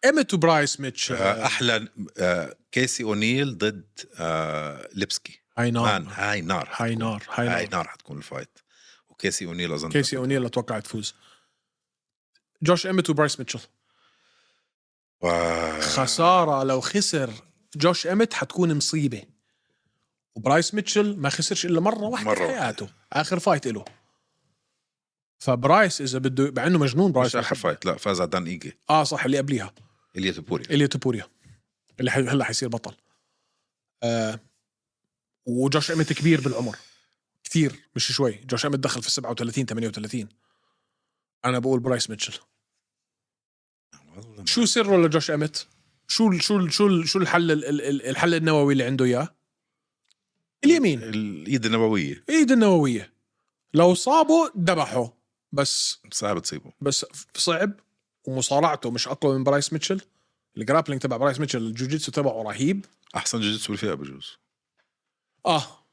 ايمت وبرايس ميتش
آه، احلى آه، كيسي اونيل ضد آه، ليبسكي
هاي
مان
نار
هاي نار
هاي نار هاي
هاي
نار
نار حتكون الفايت وكيسي اونيل اظن
كيسي اونيل اتوقع تفوز جوش ايمت وبرايس ميتشل
آه،
خساره لو خسر جوش ايمت حتكون مصيبه وبرايس ميتشل ما خسرش الا مره واحده
مرة
في
واحدة.
حياته اخر فايت له فبرايس اذا بده مع انه مجنون
مش
برايس
اخر فايت لا فاز على دان ايجي
اه صح اللي قبليها
اللي تبوري
اللي توبوريا اللي حي- هلا حيصير بطل آه وجوش امت كبير بالعمر كثير مش شوي جوش امت دخل في 37 38 انا بقول برايس ميتشل
والله
شو سره لجوش امت شو ال شو ال شو ال شو الحل ال- ال- ال- الحل النووي اللي عنده اياه اليمين
الايد النوويه
ايد النوويه لو صابه ذبحه بس
صعب تصيبه
بس صعب ومصارعته مش اقوى من برايس ميتشل الجرابلينج تبع برايس ميتشل الجوجيتسو تبعه رهيب
احسن جوجيتسو بالفئه بجوز
اه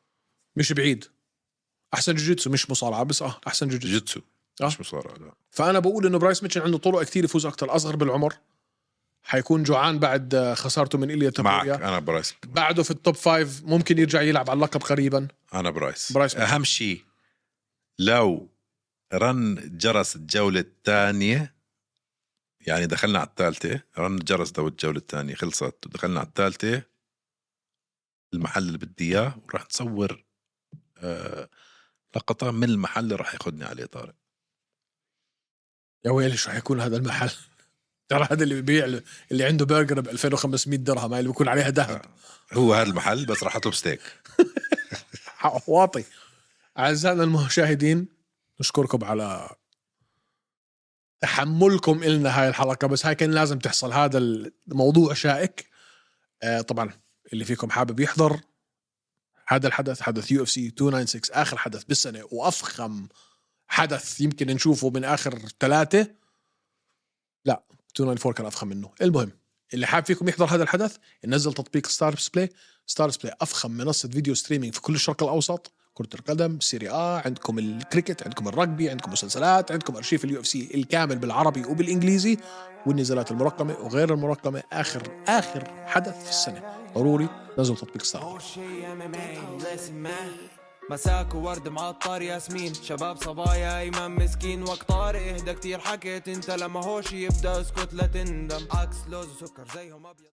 مش بعيد احسن جوجيتسو مش مصارعه بس اه احسن جوجيتسو
جوجيتسو
آه.
مش مصارعه لا
فانا بقول انه برايس ميتشل عنده طرق كثير يفوز اكثر اصغر بالعمر حيكون جوعان بعد آه، خسارته من ايليا
معك
تابوريا
انا برايس
بعده في التوب فايف ممكن يرجع يلعب على اللقب قريبا
انا برايس
برايس ميتشل.
اهم شيء لو رن جرس الجوله الثانيه يعني دخلنا على الثالثه رن جرس دو الجوله الثانيه خلصت ودخلنا على الثالثه المحل اللي بدي اياه وراح نصور آه لقطه من المحل اللي راح ياخذني عليه طارق
يا ويلي شو حيكون هذا المحل ترى هذا اللي بيبيع له- اللي عنده برجر ب 2500 درهم هاي اللي بيكون عليها ذهب
هو هذا المحل بس راح اطلب ستيك
حقه واطي اعزائنا المشاهدين نشكركم على تحملكم إلنا هاي الحلقه بس هاي كان لازم تحصل هذا الموضوع شائك آه طبعا اللي فيكم حابب يحضر هذا الحدث حدث يو اف سي 296 اخر حدث بالسنه وافخم حدث يمكن نشوفه من اخر ثلاثه لا 294 كان افخم منه المهم اللي حاب فيكم يحضر هذا الحدث ينزل تطبيق ستارز بلاي ستارز بلاي افخم منصه فيديو ستريمينج في كل الشرق الاوسط كرة القدم، سيري آ، عندكم الكريكت، عندكم الرugby، عندكم مسلسلات، عندكم أرشيف اليو اف سي الكامل بالعربي وبالإنجليزي والنزالات المرقمة وغير المرقمة آخر آخر حدث في السنة ضروري نزلوا تطبيق ستار
أول شي MMA listen man مساك وورد معطر ياسمين شباب صبايا ايمن مسكين وقت طارق اهدى كتير حكيت انت لما هوش يبدا اسكت لا تندم عكس لوز وسكر زيهم ابيض